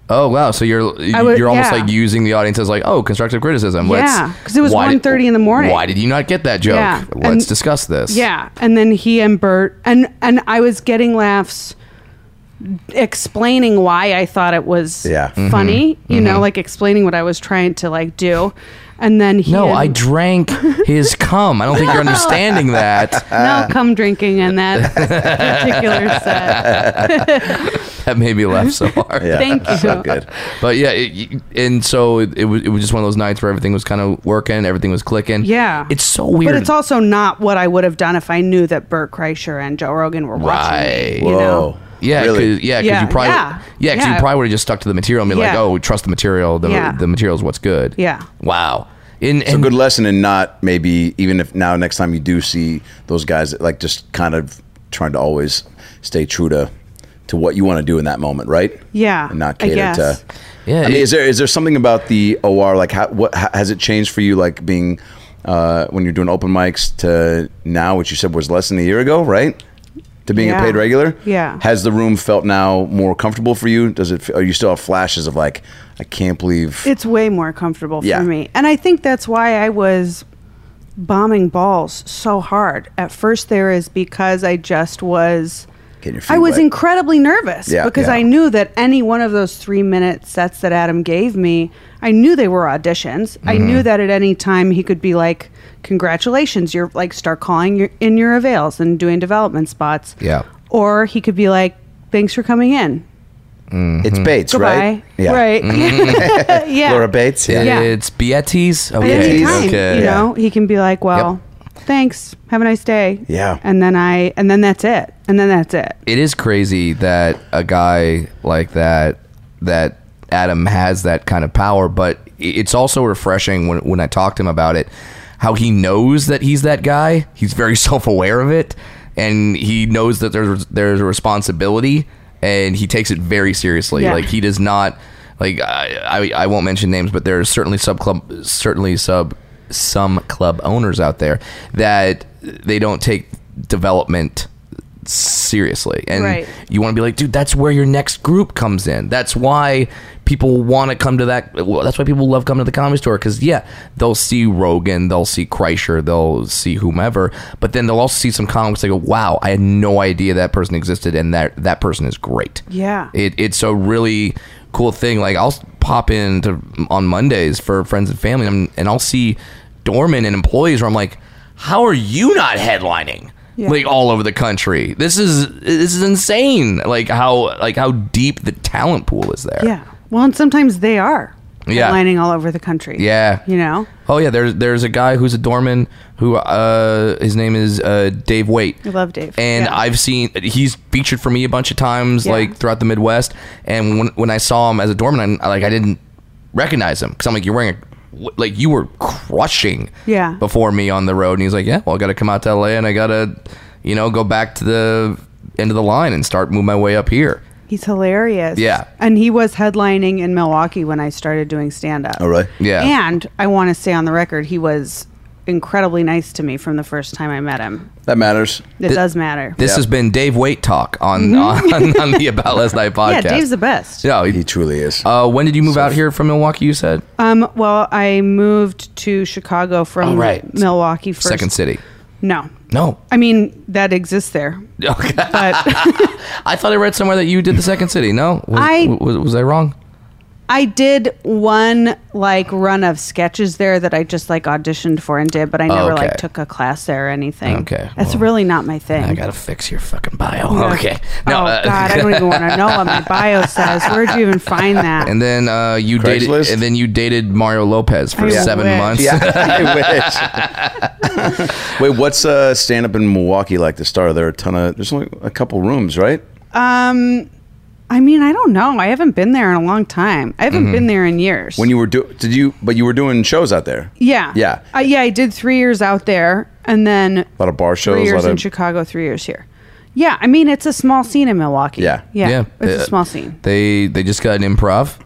Speaker 5: Oh wow! So you're
Speaker 6: would-
Speaker 5: you're almost
Speaker 6: yeah.
Speaker 5: like using the audience as like oh constructive criticism. Let's-
Speaker 6: Yeah, 'cause it was
Speaker 5: why did-
Speaker 6: 1:30 in the morning.
Speaker 5: Why did you not get that joke?
Speaker 6: Yeah,
Speaker 5: Let's
Speaker 6: and-
Speaker 5: discuss this.
Speaker 6: Yeah, and then he and Bert and and I was getting laughs explaining why I thought it was
Speaker 2: Yeah. Mhm.
Speaker 6: funny, you know, like explaining what I was trying to like do. And then he
Speaker 5: No,
Speaker 6: had-
Speaker 5: I drank his cum. I don't think you're understanding that.
Speaker 6: no come drinking in that particular set.
Speaker 5: That made me laugh so hard.
Speaker 2: Yeah,
Speaker 6: Thank you.
Speaker 2: So good.
Speaker 5: But yeah, it, and so it, it was it was just one of those nights where everything was kind of working, everything was clicking.
Speaker 6: Yeah.
Speaker 5: it's so weird.
Speaker 6: But it's also not what I would have done if I knew that Bert Kreischer and Joe Rogan were watching.
Speaker 5: Right.
Speaker 6: Me, you know?
Speaker 5: Yeah,
Speaker 2: Really?
Speaker 5: 'cause- yeah, 'cause
Speaker 6: Yeah,
Speaker 5: you probably
Speaker 6: yeah,
Speaker 5: yeah, 'cause you
Speaker 6: yeah.
Speaker 5: probably would have just stuck to the material and be like,
Speaker 6: Yeah.
Speaker 5: oh, we trust the material. The
Speaker 6: Yeah.
Speaker 5: the material is what's good.
Speaker 6: Yeah.
Speaker 5: Wow. In,
Speaker 2: So
Speaker 5: and-
Speaker 2: good lesson in not maybe even if now next time you do see those guys like just kind of trying to always stay true to to what you want to do in that moment, right?
Speaker 6: Yeah,
Speaker 2: and not
Speaker 6: I
Speaker 2: cater
Speaker 6: guess.
Speaker 2: to.
Speaker 5: Yeah,
Speaker 2: I mean,
Speaker 5: it-
Speaker 2: is there is there something about the OR like how, what ha- has it changed for you like being uh, when you're doing open mics to now, which you said was less than a year ago, right? To being
Speaker 6: Yeah.
Speaker 2: a paid regular,
Speaker 6: Yeah.
Speaker 2: Has the room felt now more comfortable for you? Does it? Are you still have flashes of like, I can't believe
Speaker 6: It's way more comfortable
Speaker 2: Yeah.
Speaker 6: for me. And I think that's why I was bombing balls so hard. At first there is because I just was
Speaker 2: Getting your feet
Speaker 6: I was
Speaker 2: wet.
Speaker 6: incredibly nervous
Speaker 2: Yeah,
Speaker 6: because
Speaker 2: yeah.
Speaker 6: I knew that any one of those 3-minute sets that Adam gave me, I knew they were auditions. I
Speaker 2: Mm-hmm.
Speaker 6: knew that at any time he could be like congratulations, you're like start calling your, in your avails and doing development spots.
Speaker 5: Yeah.
Speaker 6: Or he could be like thanks for coming in.
Speaker 2: it's Bates,
Speaker 6: Mm-hmm. Goodbye.
Speaker 2: right? Yeah. Mm-hmm.
Speaker 6: Right. yeah.
Speaker 2: Laura Bates. Yeah.
Speaker 6: Yeah.
Speaker 5: it's Beatties. Okay.
Speaker 6: At any
Speaker 2: Yeah,
Speaker 6: time,
Speaker 5: okay.
Speaker 6: you know, he can be like, "Well, thanks, have a nice day."
Speaker 2: Yeah.
Speaker 6: and then I, and then that's it, and then that's it.
Speaker 5: it is crazy that a guy like that that Adam has that kind of power, but i- it's also refreshing when when I talk to him about it, how he knows that he's that guy. He's very self aware of it, and he knows that there's there's a responsibility, and he takes it very seriously.
Speaker 6: Yeah.
Speaker 5: Like he does not like I, I I won't mention names, but there's certainly sub club certainly sub some club owners out there that they don't take development seriously and
Speaker 6: Right.
Speaker 5: you want to be like dude that's where your next group comes in that's why people want to come to that well, that's why people love coming to the comedy store because yeah they'll see rogan they'll see kreischer they'll see whomever but then they'll also see some comics they go wow i had no idea that person existed and that that person is great
Speaker 6: Yeah.
Speaker 5: it, it's a really cool thing. Like I'll pop in to, on Mondays for friends and family, and, I'm- and I'll see doormen and employees where I'm like, "How are you not headlining?"
Speaker 6: Yeah.
Speaker 5: Like all over the country. This is this is insane. Like how like how deep the talent pool is there.
Speaker 6: Yeah. Well, and sometimes they are
Speaker 5: Yeah.
Speaker 6: lining all over the country.
Speaker 5: Yeah.
Speaker 6: you know.
Speaker 5: Oh yeah, there's there's a guy who's a doorman who uh his name is uh Dave Waite.
Speaker 6: I love Dave.
Speaker 5: And
Speaker 6: Yeah.
Speaker 5: I've seen he's featured for me a bunch of times
Speaker 6: Yeah.
Speaker 5: like throughout the Midwest. And when when I saw him as a doorman, I, like I didn't recognize him because I'm like you're wearing a like you were crushing
Speaker 6: Yeah.
Speaker 5: before me on the road. And he's like, yeah, well I got to come out to LA and I got to you know go back to the end of the line and start move my way up here.
Speaker 6: He's hilarious.
Speaker 5: Yeah.
Speaker 6: and he was headlining in Milwaukee when I started doing stand up.
Speaker 2: Oh, really?
Speaker 5: Yeah.
Speaker 6: And I want to say on the record, he was incredibly nice to me from the first time I met him.
Speaker 2: That matters.
Speaker 6: It does matter.
Speaker 5: This has been Dave Waite talk on on, on the About Last Night
Speaker 6: Mm-hmm. yeah,
Speaker 5: podcast.
Speaker 6: Dave's the best.
Speaker 5: No,
Speaker 2: He truly is.
Speaker 5: Uh, when did you move out here from Milwaukee? You said
Speaker 6: Um, well, I moved to Chicago from
Speaker 5: Oh, right.
Speaker 6: Milwaukee first.
Speaker 5: second city.
Speaker 6: No.
Speaker 5: No,
Speaker 6: I mean, that exists there.
Speaker 5: okay.
Speaker 6: But
Speaker 5: I thought I read somewhere that you did the second city. No, was,
Speaker 6: I-
Speaker 5: was, was I wrong?
Speaker 6: I did one like run of sketches there that I just like auditioned for and did, but I never
Speaker 5: Okay.
Speaker 6: like took a class there or anything.
Speaker 5: Okay,
Speaker 6: That's
Speaker 5: well,
Speaker 6: really not my thing.
Speaker 5: I gotta fix your fucking bio.
Speaker 6: Yeah.
Speaker 5: Okay,
Speaker 6: oh,
Speaker 5: no. uh,
Speaker 6: God, I don't even want to know what my bio says. Where'd you even find that?
Speaker 5: and then uh, you dated,
Speaker 2: Craigslist?
Speaker 5: and then you dated Mario Lopez for
Speaker 6: I
Speaker 5: seven
Speaker 6: wish.
Speaker 5: months.
Speaker 2: yeah, I wish. Wait, what's uh, stand up in Milwaukee like? The star? There are a ton of. There's only a couple rooms, right?
Speaker 6: um, I mean, I don't know. I haven't been there in a long time. I
Speaker 5: Mm-hmm.
Speaker 6: haven't been there in years.
Speaker 2: When you were do, did you? But you were doing shows out there.
Speaker 6: Yeah.
Speaker 2: Yeah.
Speaker 6: Uh, yeah, I did three years out there and then
Speaker 2: A lot of bar shows.
Speaker 6: three
Speaker 2: a
Speaker 6: years
Speaker 2: lot
Speaker 6: in
Speaker 2: of,
Speaker 6: Chicago, three years here. Yeah. I mean, it's a small scene in Milwaukee.
Speaker 2: Yeah.
Speaker 6: Yeah. It's
Speaker 5: Uh,
Speaker 6: a small scene.
Speaker 5: They they just got an improv.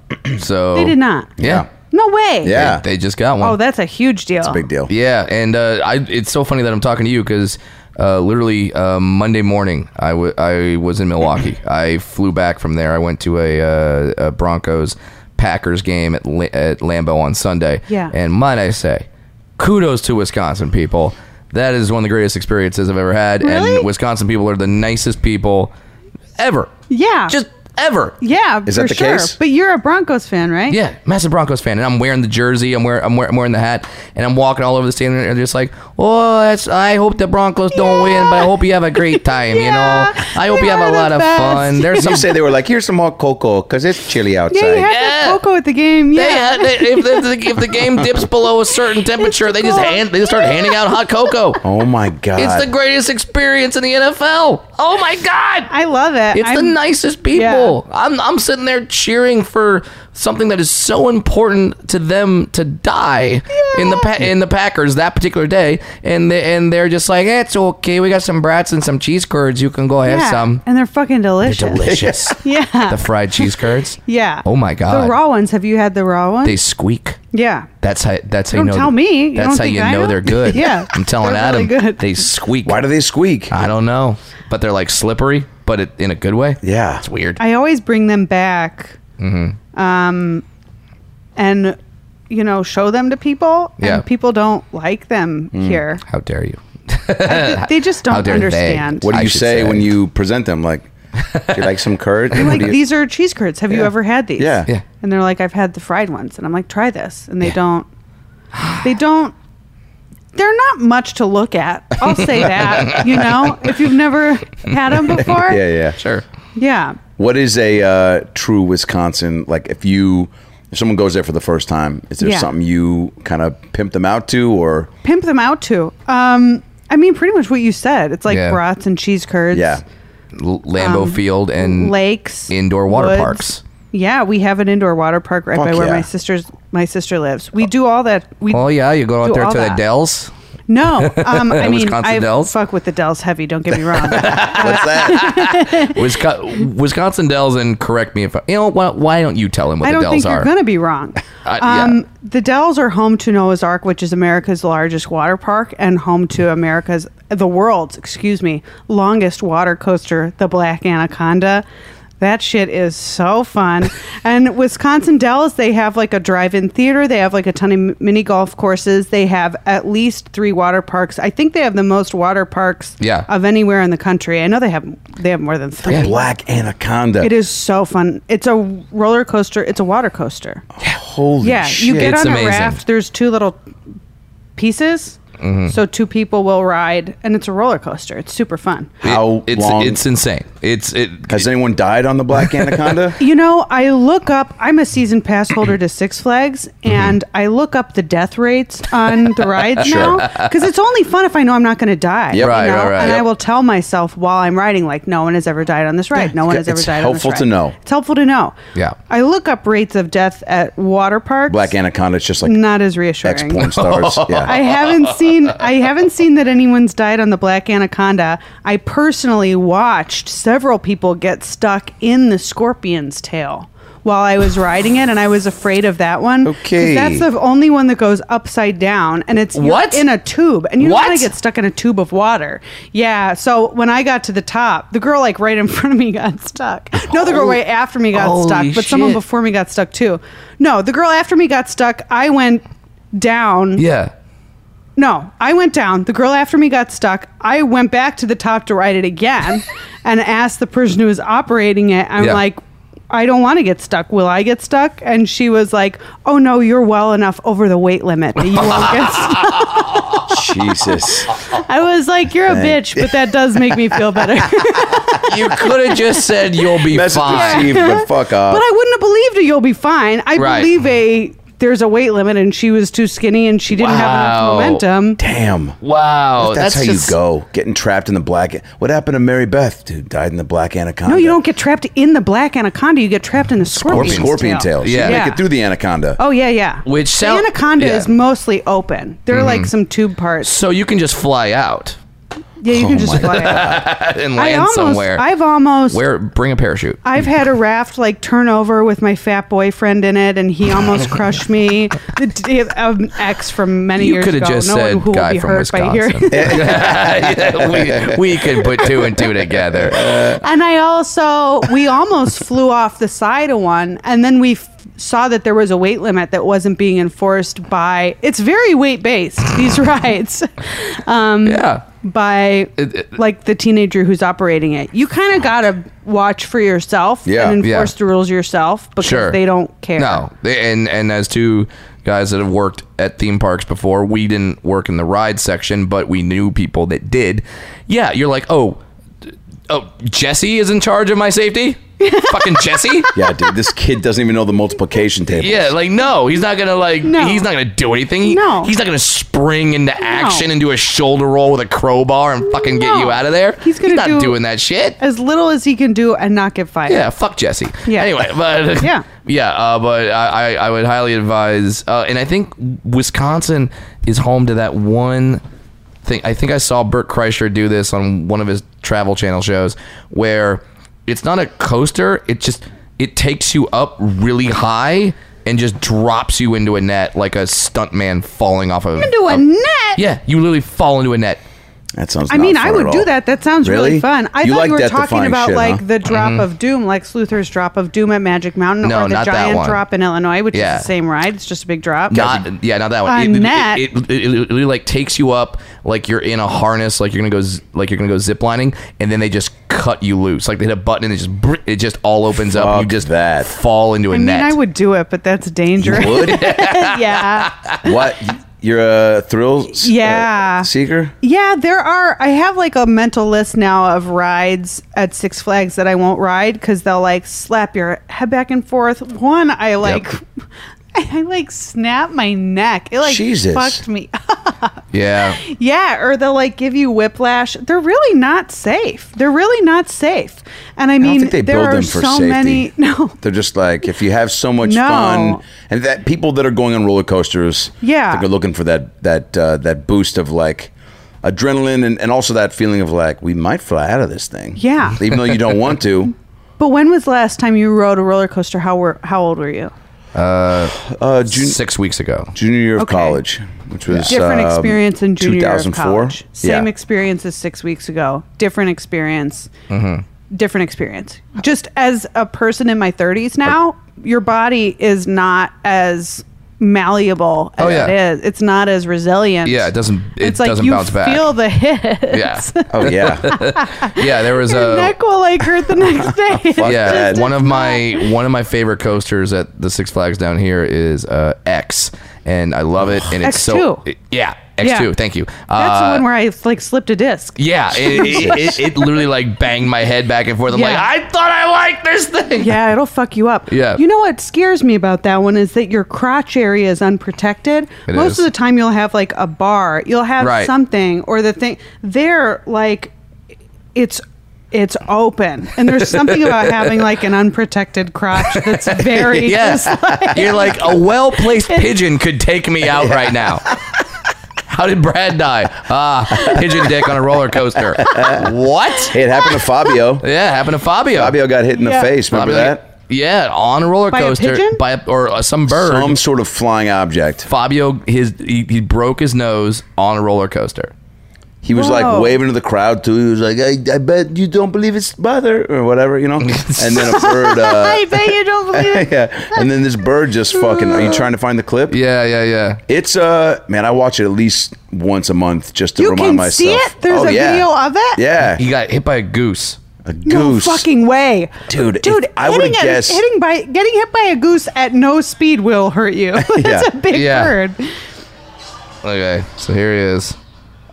Speaker 5: So
Speaker 6: They did not.
Speaker 5: Oh. Yeah,
Speaker 6: No way.
Speaker 2: Yeah.
Speaker 5: They, they just got one.
Speaker 6: Oh, that's a huge deal. It's
Speaker 2: Big deal.
Speaker 5: Yeah, and uh, I, it's so funny that I'm talking to you because uh, literally uh, Monday morning I wa- I was in Milwaukee. I flew back from there. I went to a, uh, a Broncos Packers game at, La- at Lambeau on Sunday.
Speaker 6: Yeah.
Speaker 5: and might I say, kudos to Wisconsin people. That is one of the greatest experiences I've ever had,
Speaker 6: Really?
Speaker 5: and Wisconsin people are the nicest people ever.
Speaker 6: Yeah.
Speaker 5: Just ever.
Speaker 6: yeah.
Speaker 2: Is
Speaker 6: for
Speaker 2: that the
Speaker 6: sure.
Speaker 2: case?
Speaker 6: But you're a Broncos fan, right?
Speaker 5: Yeah, massive Broncos fan, and I'm wearing the jersey. I'm wearing, I'm wearing, I'm wearing the hat, and I'm walking all over the stadium, and they're just like, "Oh, that's, I hope the Broncos don't win, but I hope you have a great time.
Speaker 6: Yeah.
Speaker 5: You know, I hope you
Speaker 6: They
Speaker 5: have
Speaker 6: are
Speaker 5: a
Speaker 6: the
Speaker 5: lot of
Speaker 6: best.
Speaker 5: fun. There's some
Speaker 2: You say they were like, here's some hot cocoa because it's chilly outside.
Speaker 6: Yeah, you had
Speaker 5: Yeah.
Speaker 6: that cocoa at the game. Yeah.
Speaker 5: They had, they, if, the, if the game dips below a certain temperature, they just
Speaker 6: cold.
Speaker 5: hand they just start handing out hot cocoa.
Speaker 2: Oh my god!
Speaker 5: It's the greatest experience in the NFL. Oh my god!
Speaker 6: I love it.
Speaker 5: It's the
Speaker 6: I'm-
Speaker 5: nicest people. I'm I'm sitting there cheering for something that is so important to them to die in the pa- in the Packers that particular day, and they, and they're just like, eh, it's okay. We got some brats and some cheese curds. You can go have
Speaker 6: Yeah.
Speaker 5: some.
Speaker 6: And they're fucking delicious.
Speaker 5: They're delicious.
Speaker 6: Yeah.
Speaker 5: the fried cheese curds.
Speaker 6: yeah.
Speaker 5: Oh my god.
Speaker 6: The raw ones. Have you had the raw ones?
Speaker 5: They squeak.
Speaker 6: yeah.
Speaker 5: That's how. That's how
Speaker 6: Don't
Speaker 5: you know.
Speaker 6: tell me. You
Speaker 5: that's
Speaker 6: don't
Speaker 5: how
Speaker 6: think
Speaker 5: you
Speaker 6: I
Speaker 5: know,
Speaker 6: know?
Speaker 5: they're good.
Speaker 6: Yeah.
Speaker 5: I'm telling
Speaker 6: They're
Speaker 5: Adam.
Speaker 6: really good.
Speaker 5: They squeak.
Speaker 2: Why do they squeak?
Speaker 5: I don't know, but they're like slippery, but it, in a good way.
Speaker 2: yeah,
Speaker 5: It's weird.
Speaker 6: I always bring them back.
Speaker 5: Mm-hmm.
Speaker 6: Um, and you know, show them to people, and
Speaker 5: Yeah.
Speaker 6: people don't like them here.
Speaker 5: how dare you?
Speaker 6: They- They just
Speaker 5: Eh, How
Speaker 6: don't
Speaker 5: dare they.
Speaker 6: understand.
Speaker 2: What do
Speaker 5: I
Speaker 2: you
Speaker 5: should
Speaker 2: say,
Speaker 5: say.
Speaker 2: when you present them? Like, do you like some curd? And what
Speaker 6: like
Speaker 2: do you-
Speaker 6: these are cheese curds. Have you
Speaker 2: Yeah.
Speaker 6: ever had these?
Speaker 2: Yeah.
Speaker 5: Yeah.
Speaker 6: And they're like, I've had the fried ones, and I'm like, try this, and they
Speaker 5: Yeah.
Speaker 6: don't. They don't. They're not much to look at. I'll say that. You know, if you've never had them before.
Speaker 2: yeah, yeah.
Speaker 5: Sure.
Speaker 6: Yeah.
Speaker 2: What is a uh, true Wisconsin? Like, if you if someone goes there for the first time, is there
Speaker 6: Yeah.
Speaker 2: something you kind of pimp them out to, or
Speaker 6: Pimp them out to. Um, I mean, pretty much what you said. It's like
Speaker 5: Yeah.
Speaker 6: brats and cheese curds.
Speaker 2: yeah?
Speaker 5: L- Lambeau Field and
Speaker 6: lakes,
Speaker 5: indoor water
Speaker 6: Um, woods.
Speaker 5: parks.
Speaker 6: Yeah, we have an indoor water park right
Speaker 2: Fuck
Speaker 6: by where
Speaker 2: yeah.
Speaker 6: my sister's my sister lives. We do all that. We
Speaker 5: Oh yeah, you go out
Speaker 6: do
Speaker 5: there
Speaker 6: all
Speaker 5: to the
Speaker 6: that.
Speaker 5: Dells.
Speaker 6: No, um, I mean
Speaker 5: Wisconsin
Speaker 6: I
Speaker 5: Dells?
Speaker 6: fuck with the Dells heavy. Don't get me wrong.
Speaker 2: What's that?
Speaker 5: Wisconsin, Wisconsin Dells, and correct me if I, you know. Why, why don't you tell him what
Speaker 6: I
Speaker 5: the
Speaker 6: don't
Speaker 5: Dells
Speaker 6: think
Speaker 5: are?
Speaker 6: you're gonna be wrong.
Speaker 5: Uh, yeah.
Speaker 6: um, The Dells are home to Noah's Ark, which is America's largest water park, and home to America's the world's excuse me longest water coaster, the Black Anaconda. That shit is so fun. and Wisconsin Dells, they have like a drive-in theater. They have like a ton of m- mini golf courses. They have at least three water parks. I think they have the most water parks
Speaker 5: Yeah.
Speaker 6: of anywhere in the country. I know they have they have more than three.
Speaker 2: Black anaconda.
Speaker 6: It is so fun. It's a roller coaster. It's a water coaster.
Speaker 2: Holy
Speaker 6: Yeah,
Speaker 2: shit!
Speaker 6: you get
Speaker 5: It's
Speaker 6: on
Speaker 5: amazing.
Speaker 6: a raft. There's two little pieces,
Speaker 2: Mm-hmm.
Speaker 6: so two people will ride, and it's a roller coaster. It's super fun.
Speaker 2: How
Speaker 5: it's
Speaker 2: long?
Speaker 5: it's insane. It's it.
Speaker 2: has anyone died on the Black Anaconda?
Speaker 6: You know, I look up. I'm a season pass holder to Six Flags,
Speaker 2: Mm-hmm.
Speaker 6: and I look up the death rates on the rides now because it's only fun if I know I'm not going to die.
Speaker 2: Yep. Right,
Speaker 6: you know?
Speaker 5: right, right.
Speaker 6: And I
Speaker 5: Yep.
Speaker 6: will tell myself while I'm riding, like, no one has ever died on this ride. No one has ever
Speaker 2: It's
Speaker 6: died.
Speaker 2: helpful
Speaker 6: on this
Speaker 2: to
Speaker 6: ride.
Speaker 2: know.
Speaker 6: It's helpful to know.
Speaker 5: Yeah.
Speaker 6: I look up rates of death at water parks.
Speaker 2: Black anaconda. It's just like
Speaker 6: Not as reassuring.
Speaker 2: X porn stars. Yeah.
Speaker 6: I haven't seen I haven't seen that anyone's died on the Black Anaconda. I personally watched several people get stuck in the scorpion's tail while I was riding it and I was afraid of that one. 'Cause
Speaker 2: Okay.
Speaker 6: That's the only one that goes upside down and it's you're
Speaker 5: What?
Speaker 6: in a tube and you don't
Speaker 5: What?
Speaker 6: want to get stuck in a tube of water. Yeah. So when I got to the top, the girl like right in front of me got stuck. No, the girl right after me got
Speaker 5: Oh. Holy
Speaker 6: stuck, but someone
Speaker 5: shit.
Speaker 6: before me got stuck too. No, the girl after me got stuck. I went down
Speaker 5: yeah.
Speaker 6: no, I went down. The girl after me got stuck. I went back to the top to ride it again and asked the person who was operating it. I'm
Speaker 5: Yeah.
Speaker 6: like, I don't want to get stuck. Will I get stuck? And she was like, Oh no, you're well enough over the weight limit that you won't get stuck.
Speaker 2: Jesus.
Speaker 6: I was like, You're a bitch, but that does make me feel better.
Speaker 5: You could have just said you'll be
Speaker 2: Message
Speaker 5: fine.
Speaker 2: received, but fuck off.
Speaker 6: but I wouldn't have believed it. You'll be fine. I
Speaker 5: Right.
Speaker 6: believe a there's a weight limit, and she was too skinny, and she didn't
Speaker 5: Wow.
Speaker 6: have enough momentum.
Speaker 2: Damn.
Speaker 5: Wow,
Speaker 2: That's, how
Speaker 5: Oh, just-
Speaker 2: you go. Getting trapped in the black. What happened to Mary Beth? Dude, died in the black anaconda.
Speaker 6: No, you don't get trapped in the black anaconda. You get trapped in the
Speaker 2: scorpion,
Speaker 6: scorpion's
Speaker 2: scorpion tail. She
Speaker 5: Yeah.
Speaker 2: didn't
Speaker 6: Yeah.
Speaker 2: make it through the anaconda.
Speaker 6: Oh yeah, yeah.
Speaker 5: Which
Speaker 6: The
Speaker 5: sound-
Speaker 6: anaconda
Speaker 5: yeah. Mm-hmm.
Speaker 6: is mostly open. They're like some tube parts.
Speaker 5: So you can just fly out
Speaker 6: Yeah, you
Speaker 5: Oh,
Speaker 6: can
Speaker 2: my
Speaker 6: just fly. out.
Speaker 5: and
Speaker 6: I
Speaker 5: land
Speaker 6: almost,
Speaker 5: somewhere.
Speaker 6: I've almost,
Speaker 5: Where bring a parachute.
Speaker 6: I've had a raft like turn over with my fat boyfriend in it, and he almost crushed me. The d- um, ex from many
Speaker 5: You
Speaker 6: years
Speaker 5: could
Speaker 6: ago.
Speaker 5: have just
Speaker 6: no
Speaker 5: said
Speaker 6: one who will
Speaker 5: guy
Speaker 6: be
Speaker 5: from
Speaker 6: hurt by hearing.
Speaker 5: Wisconsin. Yeah, we, we could put two and two together.
Speaker 6: And I also, we almost flew off the side of one, and then we f- saw that there was a weight limit that wasn't being enforced by. It's very weight based these rides. Um,
Speaker 5: Yeah.
Speaker 6: by
Speaker 5: It- it-
Speaker 6: like the teenager who's operating it. You kind of got to watch for yourself
Speaker 2: Yeah.
Speaker 6: and enforce
Speaker 5: Yeah.
Speaker 6: the rules yourself because
Speaker 5: Sure.
Speaker 6: they don't care.
Speaker 5: No, they, and and as two guys that have worked at theme parks before, we didn't work in the ride section, but we knew people that did. Yeah, you're like, oh, d- oh, Jesse is in charge of my safety. Fucking Jesse.
Speaker 2: Yeah, dude, this kid doesn't even know the multiplication table.
Speaker 5: Yeah, like no, he's not gonna like.
Speaker 6: No.
Speaker 5: he's not gonna do anything. He-
Speaker 6: No.
Speaker 5: he's not gonna spring into action and do a shoulder roll with a crowbar and fucking get
Speaker 6: No.
Speaker 5: you out of there.
Speaker 6: He's gonna
Speaker 5: not
Speaker 6: do-
Speaker 5: doing that shit.
Speaker 6: As little as he can do and not get fired.
Speaker 5: Yeah, fuck Jesse.
Speaker 6: Yeah.
Speaker 5: Anyway, but
Speaker 6: Yeah.
Speaker 5: yeah. Uh, but I, I, I would highly advise, uh, and I think Wisconsin is home to that one thing. I think I saw Bert Kreischer do this on one of his Travel Channel shows, where it's not a coaster. It just it takes you up really high and just drops you into a net like a stuntman falling off of
Speaker 6: Into a net.
Speaker 5: Yeah, you literally fall into a net.
Speaker 2: That sounds.
Speaker 6: I
Speaker 2: not
Speaker 6: mean,
Speaker 2: fun
Speaker 6: I
Speaker 2: at
Speaker 6: would
Speaker 2: all.
Speaker 6: do that. That sounds really,
Speaker 2: Really?
Speaker 6: fun. I
Speaker 2: You
Speaker 6: thought
Speaker 2: like
Speaker 6: you were
Speaker 2: that
Speaker 6: talking
Speaker 2: defying
Speaker 6: about
Speaker 2: shit,
Speaker 6: like
Speaker 2: huh?
Speaker 6: the drop of doom, like Luther's drop of doom at Magic Mountain,
Speaker 5: Mm-hmm. No,
Speaker 6: or the
Speaker 5: not that
Speaker 6: giant
Speaker 5: one.
Speaker 6: drop in Illinois, which
Speaker 5: Yeah.
Speaker 6: is the same ride. It's just a big drop.
Speaker 5: Not yeah, not that one.
Speaker 6: Uh,
Speaker 5: it, it-
Speaker 6: net.
Speaker 5: It, it, it, it like takes you up like you're in a harness, like you're gonna go z- like you're gonna go zip lining, and then they just cut you loose. Like they hit a button and it just br- it just all opens up. and You
Speaker 2: Fuck
Speaker 5: just
Speaker 2: that.
Speaker 5: fall into a
Speaker 6: I mean,
Speaker 5: net.
Speaker 6: I would do it, but that's dangerous.
Speaker 2: Would
Speaker 6: yeah.
Speaker 2: what? You're a thrill. s- uh,
Speaker 6: Yeah.
Speaker 2: seeker.
Speaker 6: Yeah, there are. I have like a mental list now of rides at Six Flags that I won't ride because they'll like slap your head back and forth. One, I like, I, like snap my neck. It like
Speaker 2: Jesus.
Speaker 6: fucked me.
Speaker 5: yeah,
Speaker 6: yeah, or they'll like give you whiplash. They're really not safe. They're really not safe. And I mean,
Speaker 2: I don't think they
Speaker 6: there
Speaker 2: build
Speaker 6: are
Speaker 2: them for
Speaker 6: so
Speaker 2: safety.
Speaker 6: many. No.
Speaker 2: They're just like if you have so much
Speaker 6: No.
Speaker 2: fun, and that people that are going on roller coasters,
Speaker 6: Yeah.
Speaker 2: they're looking for that that uh, that boost of like adrenaline and, and also that feeling of like we might fly out of this thing.
Speaker 6: Yeah.
Speaker 2: even though you don't want to.
Speaker 6: But when was the last time you rode a roller coaster? How were how old were you?
Speaker 2: Uh, June,
Speaker 5: six weeks ago.
Speaker 2: junior year of
Speaker 6: Okay.
Speaker 2: college, which was
Speaker 6: different
Speaker 2: um,
Speaker 6: experience in junior year of
Speaker 2: 2004.
Speaker 6: college. Same
Speaker 2: yeah.
Speaker 6: experience as six weeks ago. Different experience.
Speaker 5: Mm-hmm.
Speaker 6: Different experience. Just as a person in my 30s now, your body is not as malleable as
Speaker 5: Oh, yeah.
Speaker 6: it is. It's not as resilient.
Speaker 5: Yeah, it doesn't- it
Speaker 6: it's like
Speaker 5: doesn't
Speaker 6: you
Speaker 5: bounce back.
Speaker 6: feel the hit.
Speaker 5: Yeah,
Speaker 2: Oh yeah,
Speaker 5: yeah. There was
Speaker 6: Your
Speaker 5: a
Speaker 6: neck will like hurt the next day.
Speaker 2: Fuck
Speaker 5: yeah.
Speaker 2: that.
Speaker 5: One of my one of my favorite coasters at the Six Flags down here is uh, X, and I love it. And it's so
Speaker 6: X2.
Speaker 5: yeah. X2,
Speaker 6: Yeah.
Speaker 5: thank you.
Speaker 6: That's the
Speaker 5: Uh,
Speaker 6: one where I like slipped a disc.
Speaker 5: Yeah, it, it, it, it literally like banged my head back and forth. I'm
Speaker 6: Yeah.
Speaker 5: like, I thought I liked this thing.
Speaker 6: Yeah, it'll fuck you up.
Speaker 5: Yeah.
Speaker 6: You know what scares me about that one is that your crotch area is unprotected.
Speaker 5: It
Speaker 6: Most
Speaker 5: is.
Speaker 6: of the time, you'll have like a bar, you'll have
Speaker 5: Right.
Speaker 6: something or the thing. There, like, it's it's open, and there's something about having like an unprotected crotch that's very
Speaker 5: Yes.
Speaker 6: just like
Speaker 5: You're like, a well placed pigeon could take me out right now. How did Brad die? Ah, pigeon dick on a roller coaster. What?
Speaker 2: it happened to Fabio.
Speaker 5: Yeah, happened to Fabio.
Speaker 2: Fabio got hit in
Speaker 6: Yeah.
Speaker 2: the face. Remember
Speaker 5: Fabio-
Speaker 2: that?
Speaker 5: Yeah, on a roller
Speaker 6: By a
Speaker 5: coaster
Speaker 6: pigeon?
Speaker 5: by a, or uh, some bird.
Speaker 2: Some sort of flying object.
Speaker 5: Fabio, his he, he broke his nose on a roller coaster.
Speaker 2: He was
Speaker 6: Whoa.
Speaker 2: like waving to the crowd too. He was like, I, "I bet you don't believe it's mother or whatever," you know. And then a bird. Uh,
Speaker 6: I bet you don't believe it.
Speaker 2: yeah. And then this bird just fucking. Are you trying to find the clip?
Speaker 5: Yeah, yeah, yeah.
Speaker 2: It's uh man, I watch it at least once a month just to
Speaker 6: You
Speaker 2: remind
Speaker 6: can
Speaker 2: myself.
Speaker 6: see it? There's
Speaker 2: Oh,
Speaker 6: a
Speaker 2: yeah.
Speaker 6: video of it?
Speaker 2: Yeah,
Speaker 5: He got hit by a goose.
Speaker 2: a
Speaker 6: No
Speaker 2: goose.
Speaker 6: fucking way,
Speaker 2: Dude, if
Speaker 6: Dude,
Speaker 2: I would've
Speaker 6: hitting, a-
Speaker 2: guessed-
Speaker 6: hitting by getting hit by a goose at no speed will hurt you. That's
Speaker 2: Yeah.
Speaker 6: a big
Speaker 5: Yeah.
Speaker 6: bird.
Speaker 5: Okay, so here he is.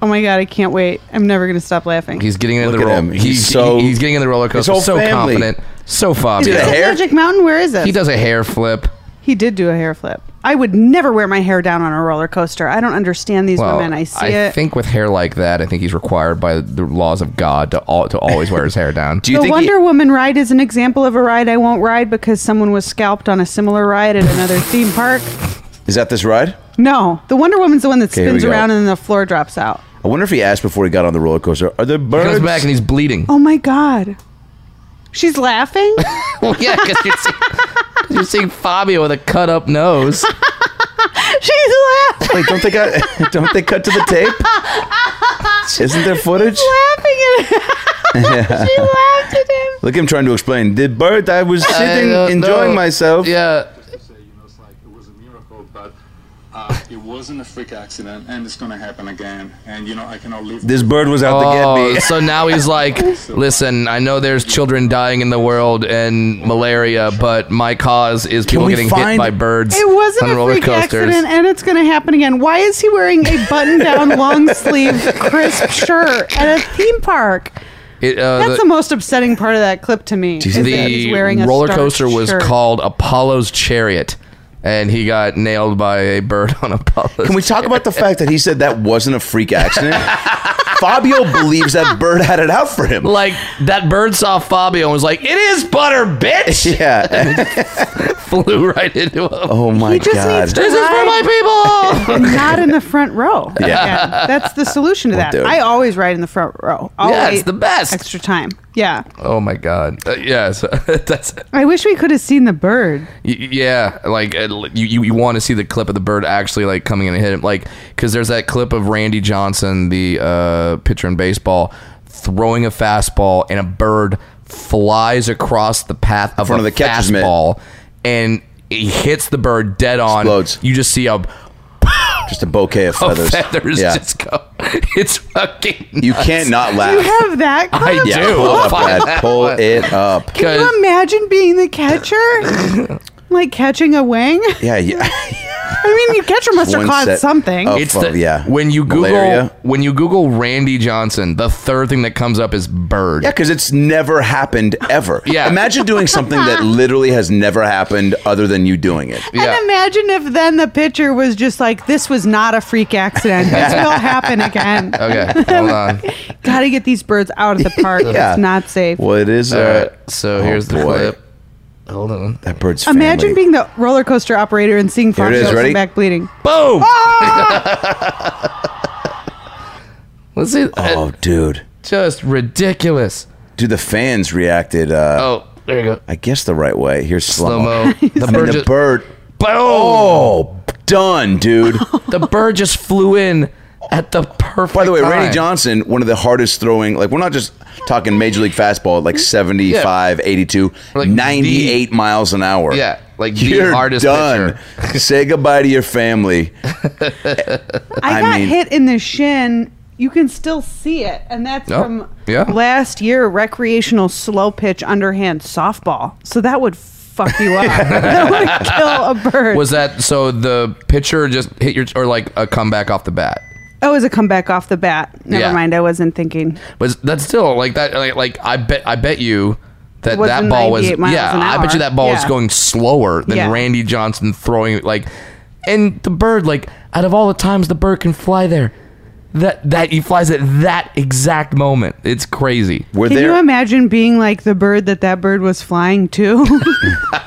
Speaker 6: Oh my god, I can't wait. I'm never gonna stop laughing.
Speaker 5: He's getting into
Speaker 2: Look at
Speaker 5: the roller.
Speaker 2: him.
Speaker 5: He's,
Speaker 2: He's
Speaker 5: he's
Speaker 2: so-
Speaker 5: he's getting in the roller coaster.
Speaker 2: whole
Speaker 5: so
Speaker 2: family.
Speaker 5: confident, so
Speaker 2: Is it
Speaker 5: Fabio.
Speaker 2: a
Speaker 6: Is it
Speaker 2: hair?
Speaker 6: Magic Mountain, where is it?
Speaker 5: He
Speaker 6: He,
Speaker 5: does a hair flip.
Speaker 6: did do a hair flip. I would never wear my hair down on a roller coaster. I don't understand these
Speaker 5: Well,
Speaker 6: women. I see
Speaker 5: I
Speaker 6: it.
Speaker 5: think with hair like that, I think he's required by the laws of God to all, to always wear his hair down.
Speaker 2: Do you
Speaker 6: the
Speaker 2: think
Speaker 6: Wonder
Speaker 2: he,
Speaker 6: Woman ride is an example of a ride I won't ride because someone was scalped on a similar ride at another theme park.
Speaker 2: is that this ride?
Speaker 6: No, the Wonder Woman's the one that
Speaker 2: here
Speaker 6: spins
Speaker 2: we go.
Speaker 6: around and then the floor drops out.
Speaker 2: I wonder if he asked before he got on the roller coaster. Are there
Speaker 5: he
Speaker 2: birds?
Speaker 5: comes back and he's bleeding.
Speaker 6: Oh my god, she's laughing. Oh.
Speaker 5: Well, yeah, because you're, seeing- 'cause you're seeing Fabio with a cut up nose.
Speaker 6: she's laughing.
Speaker 2: Wait, don't they got? Don't they cut to the tape? Isn't there footage?
Speaker 6: laughing at him. she laughed at him.
Speaker 2: Look, at him trying to explain. The bird. I was sitting,
Speaker 5: I don't
Speaker 2: enjoying
Speaker 5: know.
Speaker 2: myself.
Speaker 5: Yeah,
Speaker 7: say, you know, it's like it was a miracle, but uh, it was wasn't a freak accident, and it's gonna happen again. And you know, I cannot live.
Speaker 8: This bird was out to
Speaker 5: Oh,
Speaker 8: get me.
Speaker 5: so now he's like, listen, I know there's children dying in the world and malaria, but my cause is people
Speaker 2: we
Speaker 5: getting hit
Speaker 2: find-
Speaker 5: by birds
Speaker 6: It wasn't
Speaker 5: on
Speaker 6: a
Speaker 5: roller
Speaker 6: freak
Speaker 5: coasters.
Speaker 6: accident, and it's going to happen again. Why is he wearing a button-down, long-sleeve, crisp shirt at a theme park?
Speaker 5: It, uh,
Speaker 6: That's
Speaker 5: the-
Speaker 6: the, most upsetting part of that clip to me. is that he's wearing
Speaker 5: the
Speaker 6: a
Speaker 5: roller
Speaker 6: starched
Speaker 5: coaster was
Speaker 6: shirt.
Speaker 5: called Apollo's Chariot, and he got nailed by a bird on Apollo's.
Speaker 2: Can we talk about the fact that he said that wasn't a freak accidnent? Fabio believes that bird had it out for him.
Speaker 5: like that bird saw Fabio and was like, "It is butter, bitch!"
Speaker 2: Yeah.
Speaker 5: Flew right into him.
Speaker 2: Oh my
Speaker 6: He just
Speaker 2: god.
Speaker 6: needs to
Speaker 5: This is for
Speaker 6: ride
Speaker 5: my people.
Speaker 6: and not in the front row.
Speaker 2: Yeah.
Speaker 6: Again, that's the solution to that.
Speaker 2: dude.
Speaker 6: I always ride in the front row. Always
Speaker 5: it's the best.
Speaker 6: Extra time. Yeah,
Speaker 5: oh my god. Uh, yeah, so that's
Speaker 6: I wish we could have seen the bird.
Speaker 5: Y- Yeah, like uh, l- you, you, you want to see the clip of the bird actually like coming in and hit him, like because there's that clip of Randy Johnson, the uh, pitcher in baseball, throwing a fastball and a bird flies across the path of
Speaker 2: front
Speaker 5: a
Speaker 2: of the catcher's mitt.
Speaker 5: fastball, and he hits the bird dead on.
Speaker 2: Explodes.
Speaker 5: You just see a, a
Speaker 2: Just a bouquet of
Speaker 5: Oh, feathers,
Speaker 2: feathers. yeah.
Speaker 5: just go. It's fucking.
Speaker 2: you can't not laugh.
Speaker 6: You have that.
Speaker 5: I
Speaker 6: clip?
Speaker 5: do.
Speaker 2: yeah, pull up
Speaker 5: Fuck
Speaker 2: that.
Speaker 5: that
Speaker 2: Pull
Speaker 5: one.
Speaker 2: it up.
Speaker 6: Can you imagine being the catcher? like catching a wing?
Speaker 2: Yeah, yeah.
Speaker 6: I mean, the catcher must have
Speaker 2: One
Speaker 6: caught
Speaker 2: set Oh,
Speaker 6: something.
Speaker 2: of-
Speaker 5: It's
Speaker 2: Fuck,
Speaker 5: the
Speaker 2: yeah.
Speaker 5: when you Google
Speaker 2: Malaria.
Speaker 5: when you Google Randy Johnson, the third thing that comes up is bird.
Speaker 2: Yeah, because it's never happened ever.
Speaker 5: Yeah.
Speaker 2: Imagine doing something that literally has never happened other than you doing it.
Speaker 5: Yeah.
Speaker 6: And imagine if then the pitcher was just like, "This was not a freak accident. This will happen again."
Speaker 5: Okay, hold on.
Speaker 6: Got to get these birds out of the park. It's not safe.
Speaker 2: Well, it is.
Speaker 5: All
Speaker 2: Uh,
Speaker 5: right, so
Speaker 2: oh,
Speaker 5: here's the
Speaker 2: boy.
Speaker 5: clip. Hold on.
Speaker 2: That bird's family.
Speaker 6: Imagine being the roller coaster operator and seeing
Speaker 2: Here it
Speaker 6: Fabio
Speaker 2: is,
Speaker 6: come
Speaker 2: ready?
Speaker 6: back bleeding.
Speaker 5: Boom!
Speaker 2: Ah!
Speaker 5: Let's see.
Speaker 2: Oh,
Speaker 5: Oh.
Speaker 2: dude.
Speaker 5: Just ridiculous.
Speaker 2: Dude, the fans reacted, uh,
Speaker 5: Oh, there you go.
Speaker 2: I guess, the right way. Here's slow
Speaker 5: Slow mo. The
Speaker 2: I mean,
Speaker 5: bird
Speaker 2: the
Speaker 5: just.
Speaker 2: bird.
Speaker 5: boom!
Speaker 2: Oh, done, dude.
Speaker 5: The bird just flew in at the perfect.
Speaker 2: By the way,
Speaker 5: time.
Speaker 2: Randy Johnson, one of the hardest throwing, like, we're not just talking major league fastball, like 75, 82,
Speaker 5: Like
Speaker 2: 98 miles an hour.
Speaker 5: Yeah, like the
Speaker 2: You're
Speaker 5: hardest
Speaker 2: done. Say goodbye to your family.
Speaker 6: I,
Speaker 2: I
Speaker 6: got
Speaker 2: mean-
Speaker 6: hit in the shin. You can still see it, and that's
Speaker 5: Oh,
Speaker 6: from
Speaker 5: yeah.
Speaker 6: last year recreational slow pitch underhand softball. So that would fuck you up. that would kill a bird.
Speaker 5: Was that so? The pitcher just hit your or like a comeback off the bat.
Speaker 6: oh, it was a comeback off the bat. Never
Speaker 5: Yeah.
Speaker 6: mind. I wasn't thinking.
Speaker 5: But that's still like that. Like, like I bet, I bet you that
Speaker 6: It was
Speaker 5: that
Speaker 6: in
Speaker 5: ball was
Speaker 6: 98 miles
Speaker 5: yeah.
Speaker 6: an
Speaker 5: I bet you
Speaker 6: hour.
Speaker 5: that ball was
Speaker 6: Yeah.
Speaker 5: going slower than
Speaker 6: Yeah.
Speaker 5: Randy Johnson throwing it. Like, and the bird, like out of all the times the bird can fly there, that that he flies at that exact moment. It's crazy.
Speaker 2: We're
Speaker 6: Can
Speaker 2: there.
Speaker 6: you imagine being like the bird that that bird was flying to?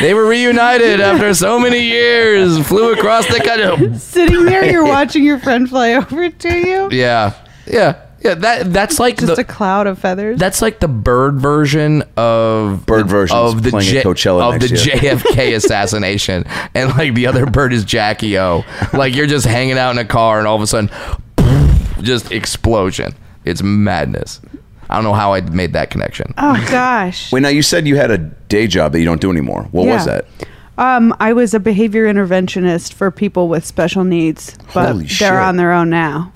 Speaker 5: They were reunited after so many years. Flew across the country.
Speaker 6: Sitting there, you're watching your friend fly over to you.
Speaker 5: Yeah, yeah, yeah. That that's like
Speaker 6: Just
Speaker 5: the,
Speaker 6: a cloud of feathers.
Speaker 5: That's like the bird version of
Speaker 2: Bird version is
Speaker 5: of the
Speaker 2: playing
Speaker 5: J-
Speaker 2: at Coachella
Speaker 5: of
Speaker 2: next
Speaker 5: the
Speaker 2: year.
Speaker 5: JFK assassination, and like the other bird is Jackie O. Like you're just hanging out in a car, and all of a sudden, just explosion. It's madness. I don't know how I made that connection.
Speaker 6: oh gosh.
Speaker 2: Wait, now you said you had a day job that you don't do anymore. What was
Speaker 6: Yeah.
Speaker 2: that?
Speaker 6: Um, I was a behavior interventionist for people with special needs, but
Speaker 2: Holy
Speaker 6: they're
Speaker 2: shit.
Speaker 6: on their own now.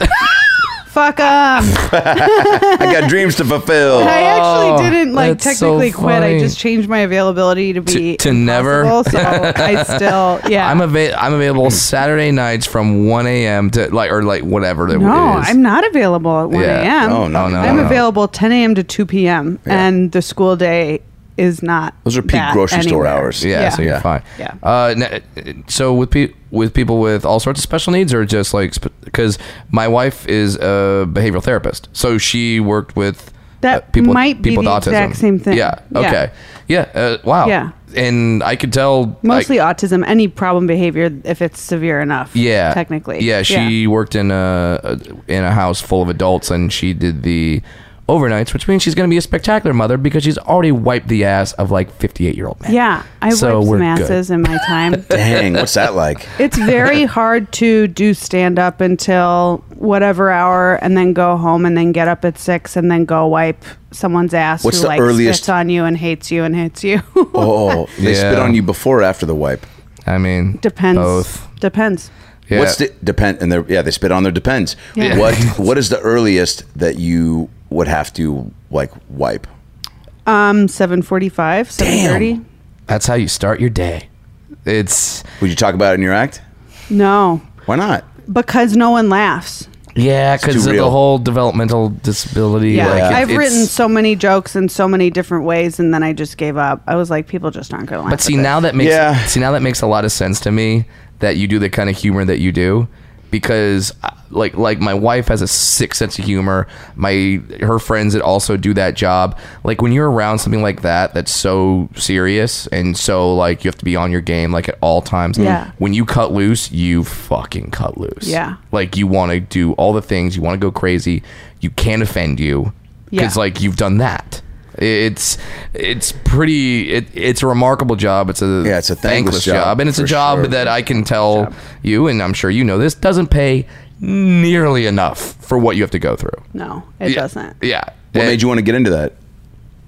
Speaker 6: Fuck 'em.
Speaker 2: I got dreams to fulfill.
Speaker 6: I actually
Speaker 5: Oh,
Speaker 6: didn't like
Speaker 5: that's so
Speaker 6: technically quit.
Speaker 5: funny.
Speaker 6: I just changed my availability to be
Speaker 5: to never?
Speaker 6: impossible, So I still yeah.
Speaker 5: I'm ava- I'm available Saturday nights from 1 a.m. to like or like whatever that
Speaker 6: no,
Speaker 5: it is.
Speaker 6: I'm not available at 1
Speaker 5: Yeah.
Speaker 6: a.m.
Speaker 2: Oh, no, no,
Speaker 6: I'm
Speaker 5: no.
Speaker 6: available 10 a.m. to 2 p.m. and the school day is not.
Speaker 2: Those are peak
Speaker 6: that
Speaker 2: grocery store
Speaker 6: anywhere.
Speaker 2: hours.
Speaker 5: yeah,
Speaker 6: yeah.
Speaker 5: so you're
Speaker 2: Yeah.
Speaker 5: fine.
Speaker 6: Yeah.
Speaker 5: Uh, n- so with pe- with people with all sorts of special needs, or just like because my wife is a behavioral therapist, so she worked with uh,
Speaker 6: That might be the exact same thing.
Speaker 5: Yeah.
Speaker 6: Yeah.
Speaker 5: Okay. Yeah. uh, wow.
Speaker 6: Yeah.
Speaker 5: And I could tell like,
Speaker 6: Mostly autism, any problem behavior if it's severe enough.
Speaker 5: yeah
Speaker 6: Technically.
Speaker 5: yeah she worked in a, a in a house full of adults and she did the overnights which means she's going to be a spectacular mother because she's already wiped the ass of like 58 year old men
Speaker 6: Yeah, I
Speaker 5: So
Speaker 6: wiped
Speaker 5: we're
Speaker 6: some
Speaker 5: good.
Speaker 6: asses in my time.
Speaker 2: Dang, what's that like?
Speaker 6: it's very hard to do stand up until whatever hour and then go home and then get up at six and then go wipe someone's ass
Speaker 2: What's
Speaker 6: who
Speaker 2: the
Speaker 6: like
Speaker 2: earliest-
Speaker 6: spits on you and hates you and hits you.
Speaker 2: Oh, they
Speaker 5: Yeah.
Speaker 2: spit on you before or after the wipe.
Speaker 5: i mean
Speaker 6: Depends.
Speaker 5: both
Speaker 6: Depends.
Speaker 5: Yeah.
Speaker 2: What's the depend? And they're yeah, they spit on their depends.
Speaker 5: Yeah.
Speaker 2: What what is the earliest that you would have to like wipe?
Speaker 6: Um, seven forty-five, seven thirty.
Speaker 5: That's how you start your day. It's
Speaker 2: Would you talk about it in your act?
Speaker 6: No,
Speaker 2: Why not?
Speaker 6: because no one laughs.
Speaker 5: yeah, because
Speaker 2: too
Speaker 5: of the
Speaker 2: real.
Speaker 5: whole developmental disability.
Speaker 6: Yeah,
Speaker 5: like, it-
Speaker 6: I've
Speaker 5: it's-
Speaker 6: written so many jokes in so many different ways, and then I just gave up. I was like, people just aren't going to laugh.
Speaker 5: But see
Speaker 6: at this.
Speaker 5: now that makes
Speaker 2: Yeah.
Speaker 5: see now that makes a lot of sense to me that you do the kind of humor that you do because uh, like like my wife has a sick sense of humor. My her friends that also do that job. Like when you're around something like that that's so serious and so like you have to be on your game like at all times.
Speaker 6: Yeah.
Speaker 5: When you cut loose, you fucking cut loose.
Speaker 6: Yeah.
Speaker 5: Like you want to do all the things, you want to go crazy. You can't offend you
Speaker 6: Yeah.
Speaker 5: because like you've done that. It's it's pretty. It, it's a remarkable job. It's a
Speaker 2: Yeah, it's a thankless job,
Speaker 5: and it's a
Speaker 2: for
Speaker 5: job
Speaker 2: sure.
Speaker 5: that I can tell you, and I'm sure you know this doesn't pay nearly enough for what you have to go through.
Speaker 6: no, it
Speaker 5: Yeah.
Speaker 6: doesn't.
Speaker 5: Yeah.
Speaker 2: What made you want to get into that?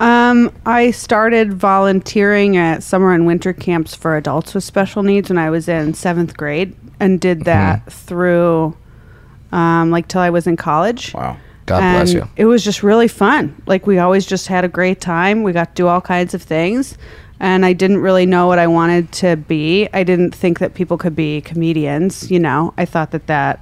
Speaker 6: Um, I started volunteering at summer and winter camps for adults with special needs when I was in seventh grade, and did that
Speaker 5: Mm-hmm.
Speaker 6: through, um, like till I was in college.
Speaker 2: Wow.
Speaker 5: God bless
Speaker 6: And
Speaker 5: you.
Speaker 6: It was just really fun. Like we always just had a great time. We got to do all kinds of things. And I didn't really know what I wanted to be. I didn't think that people could be comedians, you know. I thought that that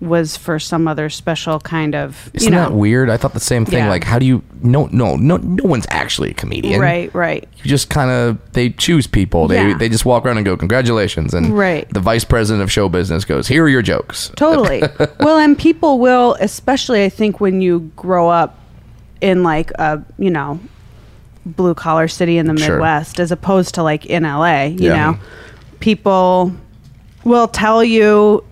Speaker 6: was for some other special kind of,
Speaker 5: Isn't
Speaker 6: you know.
Speaker 5: that weird? I thought the same thing.
Speaker 6: Yeah.
Speaker 5: Like, how do you? No, no, no. No one's actually a comedian.
Speaker 6: Right, right.
Speaker 5: you just kind of they choose people. They
Speaker 6: Yeah.
Speaker 5: they just walk around and go congratulations, and
Speaker 6: Right.
Speaker 5: the vice president of show business goes here are your jokes.
Speaker 6: Totally. well, and people will, especially I think when you grow up in like a, you know, blue collar city in the
Speaker 5: Sure.
Speaker 6: Midwest as opposed to like in LA, you
Speaker 2: Yeah.
Speaker 6: know, people will tell you,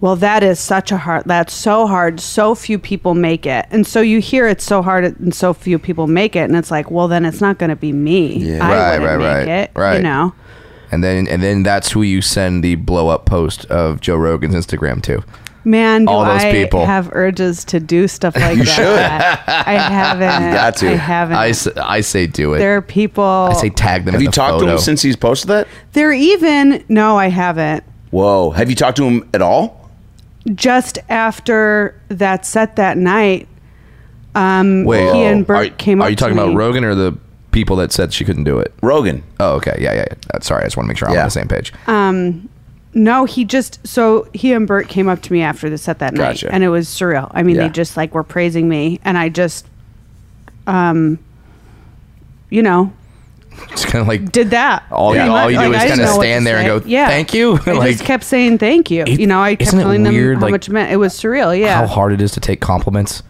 Speaker 6: well, that is such a hard, that's so hard. So few people make it. And so you hear it's so hard and so few people make it. And it's like, well, then it's not going to be me.
Speaker 2: Yeah.
Speaker 6: I
Speaker 5: Right,
Speaker 6: wouldn't
Speaker 5: right,
Speaker 6: make
Speaker 5: right,
Speaker 6: it,
Speaker 5: right.
Speaker 6: You know?
Speaker 5: And then and then that's who you send the blow up post of Joe Rogan's Instagram to.
Speaker 6: Man, do
Speaker 5: All those
Speaker 6: I
Speaker 5: people.
Speaker 6: have urges to do stuff like that. I haven't.
Speaker 2: You got to.
Speaker 6: I haven't.
Speaker 5: I, s- I say do it.
Speaker 6: there are people.
Speaker 5: I say tag them.
Speaker 2: Have
Speaker 5: in
Speaker 2: you
Speaker 5: the
Speaker 2: talked to
Speaker 5: photo.
Speaker 2: him since he's posted that?
Speaker 6: They're even. No, I haven't.
Speaker 2: Whoa. Have you talked to him at all?
Speaker 6: Just after that set that night,
Speaker 5: Wait,
Speaker 6: he and Bert
Speaker 5: Oh, are,
Speaker 6: came
Speaker 5: Are
Speaker 6: up
Speaker 5: you talking
Speaker 6: to
Speaker 5: about
Speaker 6: me.
Speaker 5: Rogan or the people that said she couldn't do it?
Speaker 2: Rogan.
Speaker 5: Oh, okay. Yeah, yeah. yeah. Uh, Sorry, I just want to make sure I'm
Speaker 2: Yeah.
Speaker 5: on the same page.
Speaker 6: Uh, No, he just so he and Bert came up to me after the set that
Speaker 2: Gotcha.
Speaker 6: night, and it was surreal. I mean,
Speaker 2: Yeah.
Speaker 6: they just like were praising me, and I just, um, you know,
Speaker 5: just kind of like
Speaker 6: did that.
Speaker 5: All you-
Speaker 6: pretty
Speaker 5: all
Speaker 6: much.
Speaker 5: you do is
Speaker 6: I didn't
Speaker 5: kinda
Speaker 6: know what
Speaker 5: stand
Speaker 6: to
Speaker 5: there and
Speaker 6: say.
Speaker 5: go, "Thank you."
Speaker 6: I
Speaker 5: Like-
Speaker 6: just kept saying thank you.
Speaker 5: It-
Speaker 6: you know, I kept
Speaker 5: isn't it
Speaker 6: telling them
Speaker 5: weird,
Speaker 6: how
Speaker 5: like,
Speaker 6: much it meant. It was surreal. Yeah.
Speaker 5: how hard it is to take compliments.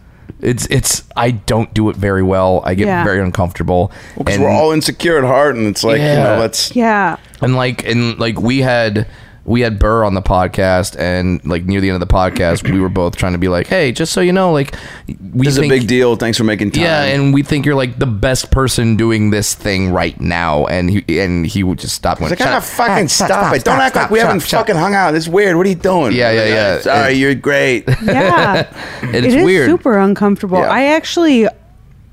Speaker 5: It's it's I don't do it very well. I get
Speaker 6: Yeah.
Speaker 5: very uncomfortable.
Speaker 2: Because
Speaker 5: and-
Speaker 2: we're all insecure at heart, and it's like you
Speaker 5: Yeah.
Speaker 2: know, let's
Speaker 6: Yeah.
Speaker 5: and like and like we had we had Burr on the podcast, and like near the end of the podcast, we were both trying to be like, "Hey, just so you know, like we
Speaker 2: this is a
Speaker 5: think-
Speaker 2: big deal. Thanks for making time.
Speaker 5: Yeah, and we think you're like the best person doing this thing right now, and he and he would just stop.
Speaker 2: It's like, ah, fucking stop, it. Don't act like we haven't fucking hung out. It's weird. What are you doing?
Speaker 5: Yeah, yeah, yeah.
Speaker 2: Sorry,
Speaker 5: It-
Speaker 2: you're great.
Speaker 6: Yeah.
Speaker 5: And
Speaker 6: It
Speaker 5: it's
Speaker 6: is
Speaker 5: weird.
Speaker 6: super uncomfortable.
Speaker 2: Yeah.
Speaker 6: I actually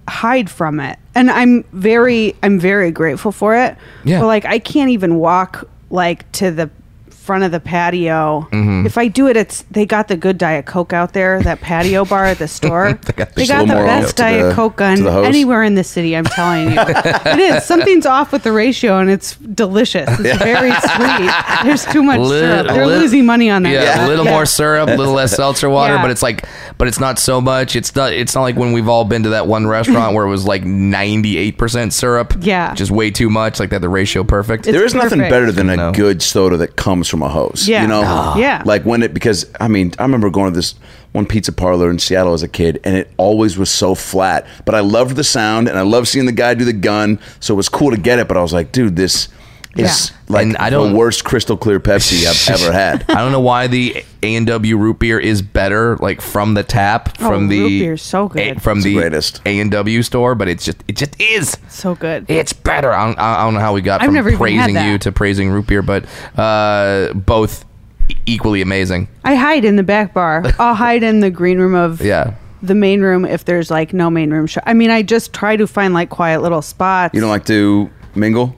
Speaker 6: hide from it, and I'm very, I'm very grateful for it.
Speaker 5: Yeah.
Speaker 6: But like, I can't even walk like to the front of the patio.
Speaker 5: Mm-hmm.
Speaker 6: If I do it, it's they got the good diet coke out there, that patio bar at the store. they got,
Speaker 2: Just a
Speaker 6: the
Speaker 2: little more
Speaker 6: best
Speaker 2: to the-
Speaker 6: diet coke
Speaker 2: to
Speaker 6: gun
Speaker 2: the host.
Speaker 6: anywhere in the city. I'm telling you, it is. Something's off with the ratio, and it's delicious. It's very sweet. There's too much
Speaker 5: Li-
Speaker 6: syrup. They're
Speaker 5: li-
Speaker 6: losing money on that.
Speaker 5: Yeah,
Speaker 6: stuff.
Speaker 5: a little
Speaker 6: Yeah.
Speaker 5: more syrup, a little less seltzer water,
Speaker 6: Yeah.
Speaker 5: but it's like, but it's not so much. It's not. It's not like when we've all been to that one restaurant where it was like ninety eight percent syrup.
Speaker 6: Yeah.
Speaker 5: just way too much. Like that, the ratio perfect.
Speaker 2: there is nothing
Speaker 6: perfect.
Speaker 2: better than a
Speaker 5: No.
Speaker 2: good soda that comes from a hose.
Speaker 6: Yeah.
Speaker 2: You know?
Speaker 6: Ah. Yeah.
Speaker 2: Like when it, because I mean, I remember going to this one pizza parlor in Seattle as a kid and it always was so flat, but I loved the sound and I loved seeing the guy do the gun. So it was cool to get it, but I was like, dude, this is
Speaker 5: Yeah.
Speaker 2: like
Speaker 5: And I
Speaker 2: the
Speaker 5: don't-
Speaker 2: worst crystal clear Pepsi I've ever had.
Speaker 5: I don't know why the A and W root beer is better, like from the tap,
Speaker 6: Oh,
Speaker 5: from the
Speaker 6: root beer's so good.
Speaker 5: A- from
Speaker 2: It's the
Speaker 5: the
Speaker 2: greatest.
Speaker 5: A and W store, but it's just it just is.
Speaker 6: So good.
Speaker 5: It's better. I don't, I don't know how we got
Speaker 6: I've
Speaker 5: from
Speaker 6: never even had
Speaker 5: praising
Speaker 6: that.
Speaker 5: you to praising root beer, but uh, both e- equally amazing.
Speaker 6: I hide in the back bar. I'll hide in the green room of
Speaker 5: Yeah.
Speaker 6: the main room if there's like no main room show. I mean, I just try to find like quiet little spots.
Speaker 2: You don't like to mingle?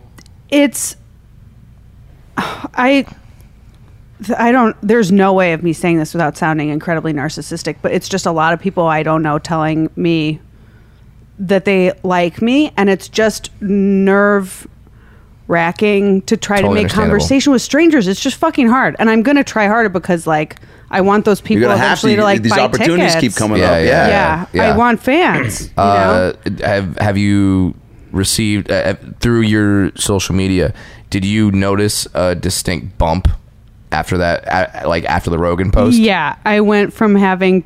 Speaker 6: it's I th- I don't. There's no way of me saying this without sounding incredibly narcissistic, but it's just a lot of people I don't know telling me that they like me, and it's just nerve racking to try
Speaker 8: Totally
Speaker 6: to make
Speaker 8: understandable.
Speaker 6: conversation with strangers. It's just fucking hard, and I'm gonna try harder because like I want those people
Speaker 2: You're gonna have
Speaker 6: eventually
Speaker 2: to.
Speaker 6: to, like
Speaker 2: these
Speaker 6: buy
Speaker 2: opportunities keep
Speaker 6: tickets.
Speaker 2: coming
Speaker 5: Yeah,
Speaker 2: up.
Speaker 5: yeah,
Speaker 2: Yeah.
Speaker 6: Yeah,
Speaker 8: Yeah.
Speaker 6: I want fans. You know?
Speaker 5: Uh, have Have you received uh, uh, through your social media? Did you notice a distinct bump after that? Uh, like after the Rogan post?
Speaker 6: Yeah, I went from having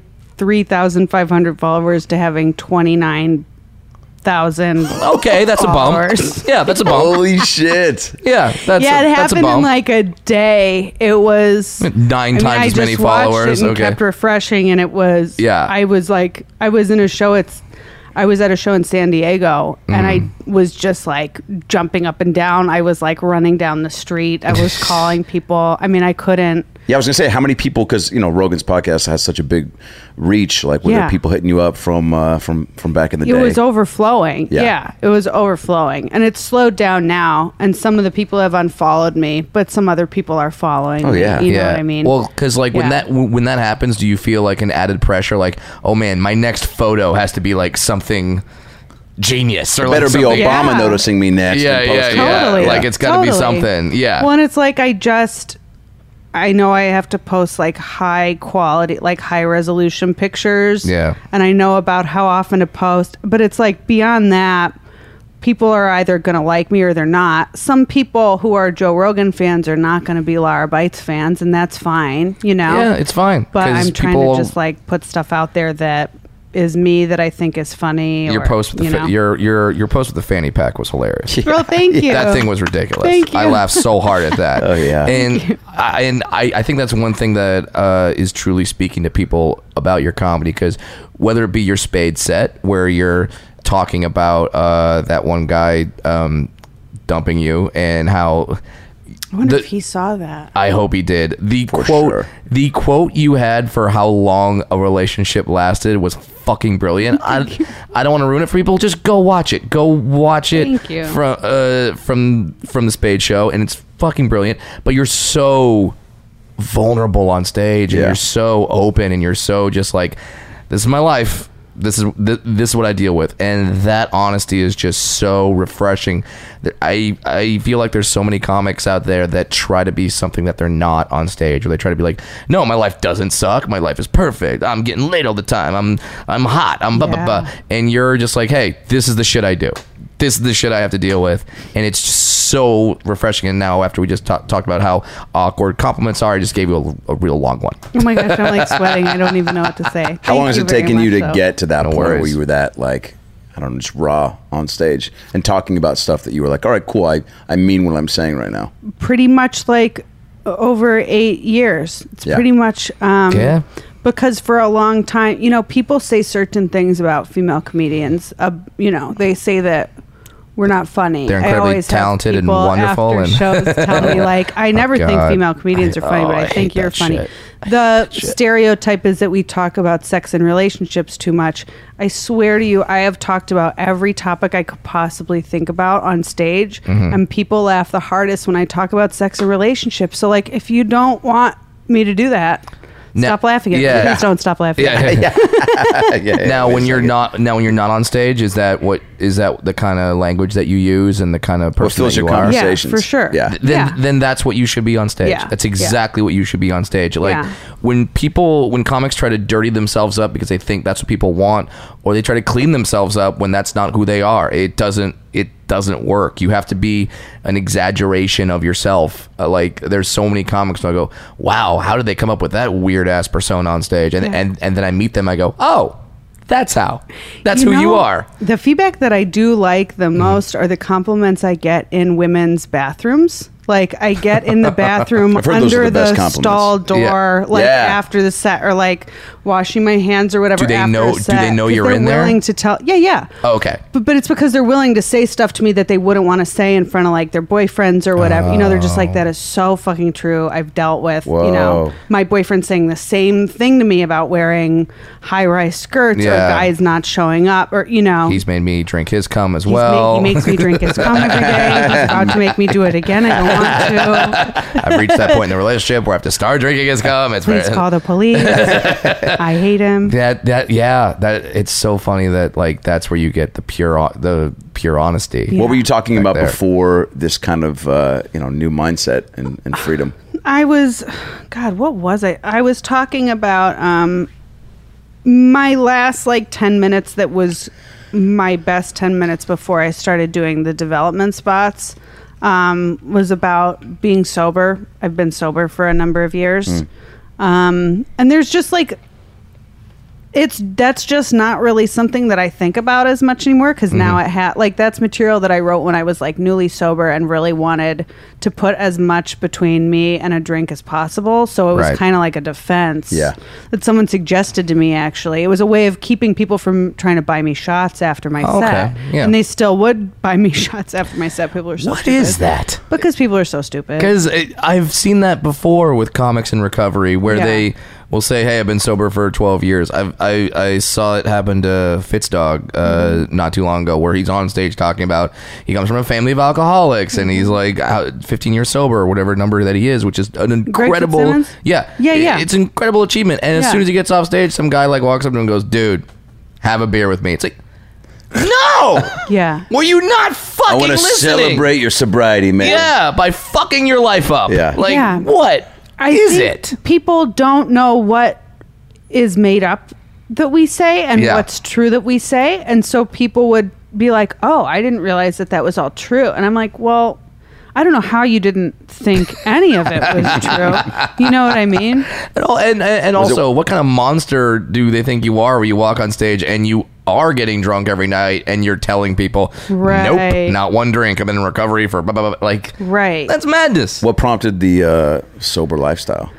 Speaker 6: 3,500 followers to having 29,000.
Speaker 5: Okay, that's a bump.
Speaker 6: Followers.
Speaker 5: yeah, that's a bump.
Speaker 2: Holy shit!
Speaker 5: Yeah, that's
Speaker 6: yeah, it
Speaker 5: a, that's a
Speaker 6: happened
Speaker 5: bump.
Speaker 6: in like a day. It was
Speaker 5: Nine times as many
Speaker 6: watched
Speaker 5: followers,
Speaker 6: It and
Speaker 5: okay.
Speaker 6: kept refreshing, and it was.
Speaker 5: Yeah.
Speaker 6: I was like, I was in a show. It's, I was at a show in San Diego, and
Speaker 5: Mm-hmm.
Speaker 6: I was just like jumping up and down. I was like running down the street. I was calling people. I mean, I couldn't.
Speaker 2: Yeah, I was gonna say how many people because you know Rogan's podcast has such a big reach. Like, were there
Speaker 6: Yeah.
Speaker 2: people hitting you up from uh, from from back in the
Speaker 6: it
Speaker 2: day?
Speaker 6: was overflowing
Speaker 2: Yeah.
Speaker 6: yeah. it was overflowing and it's slowed down now and some of the people have unfollowed me but some other people are following
Speaker 2: Oh,
Speaker 6: me,
Speaker 2: yeah.
Speaker 6: you know
Speaker 5: yeah.
Speaker 6: what i mean
Speaker 5: Well, because like when
Speaker 6: Yeah.
Speaker 5: that w- when that happens, do you feel like an added pressure? Like, oh man, my next photo has to be like something genius or like
Speaker 2: Better be
Speaker 5: something.
Speaker 2: Obama
Speaker 6: Yeah.
Speaker 2: noticing me next.
Speaker 5: Yeah,
Speaker 2: and
Speaker 5: yeah,
Speaker 2: posting
Speaker 5: yeah.
Speaker 2: it.
Speaker 6: totally
Speaker 5: Like, it's gotta be something, yeah.
Speaker 6: well and it's like i just i know i have to post like high quality like high resolution pictures
Speaker 5: Yeah.
Speaker 6: and i know about how often to post but it's like beyond that people are either going to like me or they're not some people who are joe rogan fans are not going to be lara bites fans and that's fine you know
Speaker 5: Yeah, it's fine.
Speaker 6: but
Speaker 5: 'cause
Speaker 6: I'm trying
Speaker 5: people-
Speaker 6: to just like put stuff out there that is me that I think is funny.
Speaker 5: your
Speaker 6: or,
Speaker 5: post with the
Speaker 6: you
Speaker 5: fa-
Speaker 6: know.
Speaker 5: your your your post with the fanny pack was hilarious.
Speaker 6: Well, thank you.
Speaker 5: That thing was ridiculous.
Speaker 6: Thank
Speaker 5: I
Speaker 6: you.
Speaker 5: laughed so hard at that. oh
Speaker 2: yeah.
Speaker 5: and I, and I, I think that's one thing that uh, is truly speaking to people about your comedy because whether it be your spade set where you're talking about uh, that one guy um, dumping you and how
Speaker 6: I wonder
Speaker 5: the-
Speaker 6: if he saw that.
Speaker 5: I hope he did. The quote
Speaker 2: sure.
Speaker 5: the quote you had for how long a relationship lasted was fucking brilliant. I I don't want to ruin it for people. Just go watch it. Go watch it
Speaker 6: Thank you.
Speaker 5: from uh from from the Spade show and it's fucking brilliant. But you're so vulnerable on stage and
Speaker 2: Yeah.
Speaker 5: you're so open and you're so just like this is my life. This is th- this is what I deal with, and that honesty is just so refreshing. That I I feel like there's so many comics out there that try to be something that they're not on stage, or they try to be like, no, my life doesn't suck. My life is perfect. I'm getting laid all the time. I'm I'm hot. I'm blah blah
Speaker 6: Yeah.
Speaker 5: blah. And you're just like, hey, this is the shit I do. This is the shit I have to deal with, and it's just so refreshing. And now after we just ta- talked about how awkward compliments are, I just gave you a, a real long one.
Speaker 6: Oh my gosh, I'm like sweating. I don't even know what to say.
Speaker 2: How long has it taken you to get to that
Speaker 5: No
Speaker 2: point where
Speaker 5: worries.
Speaker 2: you were that like I don't know, just raw on stage and talking about stuff that you were like, all right, cool, I, I mean what I'm saying right now.
Speaker 6: Pretty much like over eight years. It's
Speaker 2: Yeah.
Speaker 6: pretty much. Um,
Speaker 5: Yeah.
Speaker 6: Because for a long time, you know, people say certain things about female comedians. Uh, you know, they say that we're not funny.
Speaker 5: They're
Speaker 6: I
Speaker 5: incredibly
Speaker 6: always have
Speaker 5: talented and
Speaker 6: people
Speaker 5: wonderful
Speaker 6: After
Speaker 5: and- Oh,
Speaker 6: shows tell me like, I never think
Speaker 5: God.
Speaker 6: female comedians are funny,
Speaker 5: oh,
Speaker 6: but
Speaker 5: I
Speaker 6: I think
Speaker 5: hate
Speaker 6: you're
Speaker 5: that
Speaker 6: funny.
Speaker 5: shit.
Speaker 6: The stereotype is that we talk about sex and relationships too much. I swear to you, I have talked about every topic I could possibly think about on stage,
Speaker 5: Mm-hmm.
Speaker 6: and people laugh the hardest when I talk about sex and relationships. So, like, if you don't want me to do that,
Speaker 5: No-
Speaker 6: stop laughing at
Speaker 5: Yeah.
Speaker 6: me. Please don't stop laughing. at me.
Speaker 5: now when you're not now when you're not on stage is that what is that the kind of language that you use and the kind of
Speaker 2: What
Speaker 5: person
Speaker 2: fills
Speaker 5: that
Speaker 2: your
Speaker 5: you are
Speaker 6: conversation.
Speaker 2: conversations?
Speaker 6: for sure.
Speaker 2: Yeah.
Speaker 5: then
Speaker 6: Yeah.
Speaker 5: then that's what you should be on stage
Speaker 6: Yeah.
Speaker 5: that's
Speaker 6: Yeah.
Speaker 5: exactly what you should be on stage like
Speaker 6: Yeah.
Speaker 5: when people when comics try to dirty themselves up because they think that's what people want or they try to clean themselves up when that's not who they are it doesn't it doesn't work you have to be an exaggeration of yourself Uh, like there's so many comics where i go wow how did they come up with that weird ass persona on stage and,
Speaker 6: Yeah.
Speaker 5: and and then i meet them i go oh that's how that's who you
Speaker 6: know,
Speaker 5: are Mm-hmm.
Speaker 6: The feedback that I do like the most are the compliments I get in women's bathrooms. Like I get in the bathroom
Speaker 2: I've heard those are
Speaker 6: under
Speaker 2: the best
Speaker 6: the,
Speaker 2: compliments.
Speaker 6: stall door,
Speaker 5: Yeah.
Speaker 6: like
Speaker 2: Yeah.
Speaker 6: after the set, or like washing my hands or whatever.
Speaker 5: Do they
Speaker 6: after
Speaker 5: know-
Speaker 6: a
Speaker 5: do they
Speaker 6: set,
Speaker 5: know
Speaker 6: 'cause
Speaker 5: you're
Speaker 6: they're
Speaker 5: in there?
Speaker 6: Willing to tell? Yeah, yeah.
Speaker 5: Oh, okay
Speaker 6: But, but it's because they're willing to say stuff to me that they wouldn't want to say in front of like their boyfriends or whatever. You know, they're just like that is so fucking true. I've dealt with you
Speaker 2: Whoa.
Speaker 6: know my boyfriend saying the same thing to me about wearing high rise skirts
Speaker 5: Yeah.
Speaker 6: or guys not showing up or you know
Speaker 5: he's made me drink his cum as
Speaker 6: He's ma-
Speaker 5: well
Speaker 6: he makes me drink his cum every day. He's about to make me do it again. I don't want to.
Speaker 5: I've reached that point in the relationship where I have to start drinking his cum. It's
Speaker 6: Please
Speaker 5: very-
Speaker 6: call the police. I hate him.
Speaker 5: that that yeah that it's so funny that like that's where you get the pure hon- the pure honesty.
Speaker 6: Yeah.
Speaker 2: What were you talking
Speaker 5: Back
Speaker 2: about
Speaker 5: there.
Speaker 2: before this kind of uh, you know new mindset and, and freedom?
Speaker 6: I was, God, what was I? I was talking about um, my last like 10 minutes that was my best 10 minutes before I started doing the development spots um, was about being sober. I've been sober for a number of years. Um, and there's just like, it's that's just not really something that I think about as much anymore because now it had like that's material that I wrote when I was like newly sober and really wanted to put as much between me and a drink as possible. So it was
Speaker 5: Right.
Speaker 6: kind of like a defense
Speaker 2: Yeah.
Speaker 6: that someone suggested to me actually. It was a way of keeping people from trying to buy me shots after my
Speaker 5: Oh, okay.
Speaker 6: set.
Speaker 5: Yeah.
Speaker 6: And they still would buy me shots after my set. People are so
Speaker 5: What
Speaker 6: stupid.
Speaker 5: is that?
Speaker 6: Because people are so stupid.
Speaker 5: Because I've seen that before with comics in recovery, where
Speaker 6: Yeah.
Speaker 5: they will say, "Hey, I've been sober for 12 years." I've, I I saw it happen to Fitzdog uh,
Speaker 6: Mm-hmm.
Speaker 5: not too long ago, where he's on stage talking about he comes from a family of alcoholics, and
Speaker 6: Mm-hmm.
Speaker 5: he's like uh, 15 years sober, or whatever number that he is, which is an incredible,
Speaker 6: Fitzsimmons?
Speaker 5: yeah,
Speaker 6: Yeah, yeah.
Speaker 5: it's an incredible achievement. And as
Speaker 6: Yeah.
Speaker 5: soon as he gets off stage, some guy like walks up to him and goes, "Dude, have a beer with me." It's like, no,
Speaker 6: yeah.
Speaker 5: were you not fucking
Speaker 2: I want to
Speaker 5: listening?
Speaker 2: celebrate your sobriety, man.
Speaker 5: Yeah, by fucking your life up.
Speaker 2: Yeah.
Speaker 5: Like
Speaker 6: Yeah.
Speaker 5: what is
Speaker 6: I think
Speaker 5: it?
Speaker 6: People don't know what is made up that we say and
Speaker 5: Yeah.
Speaker 6: what's true that we say. And so people would be like, oh, I didn't realize that that was all true. And I'm like, well, I don't know how you didn't think any of it was true. You know what I mean?
Speaker 5: And all- and, and, and also, what kind of monster do they think you are where you walk on stage and you are getting drunk every night and you're telling people,
Speaker 6: Right.
Speaker 5: nope, not one drink. I've been in recovery for blah, blah, blah. Like,
Speaker 6: Right.
Speaker 5: that's madness.
Speaker 2: What prompted the uh, sober lifestyle?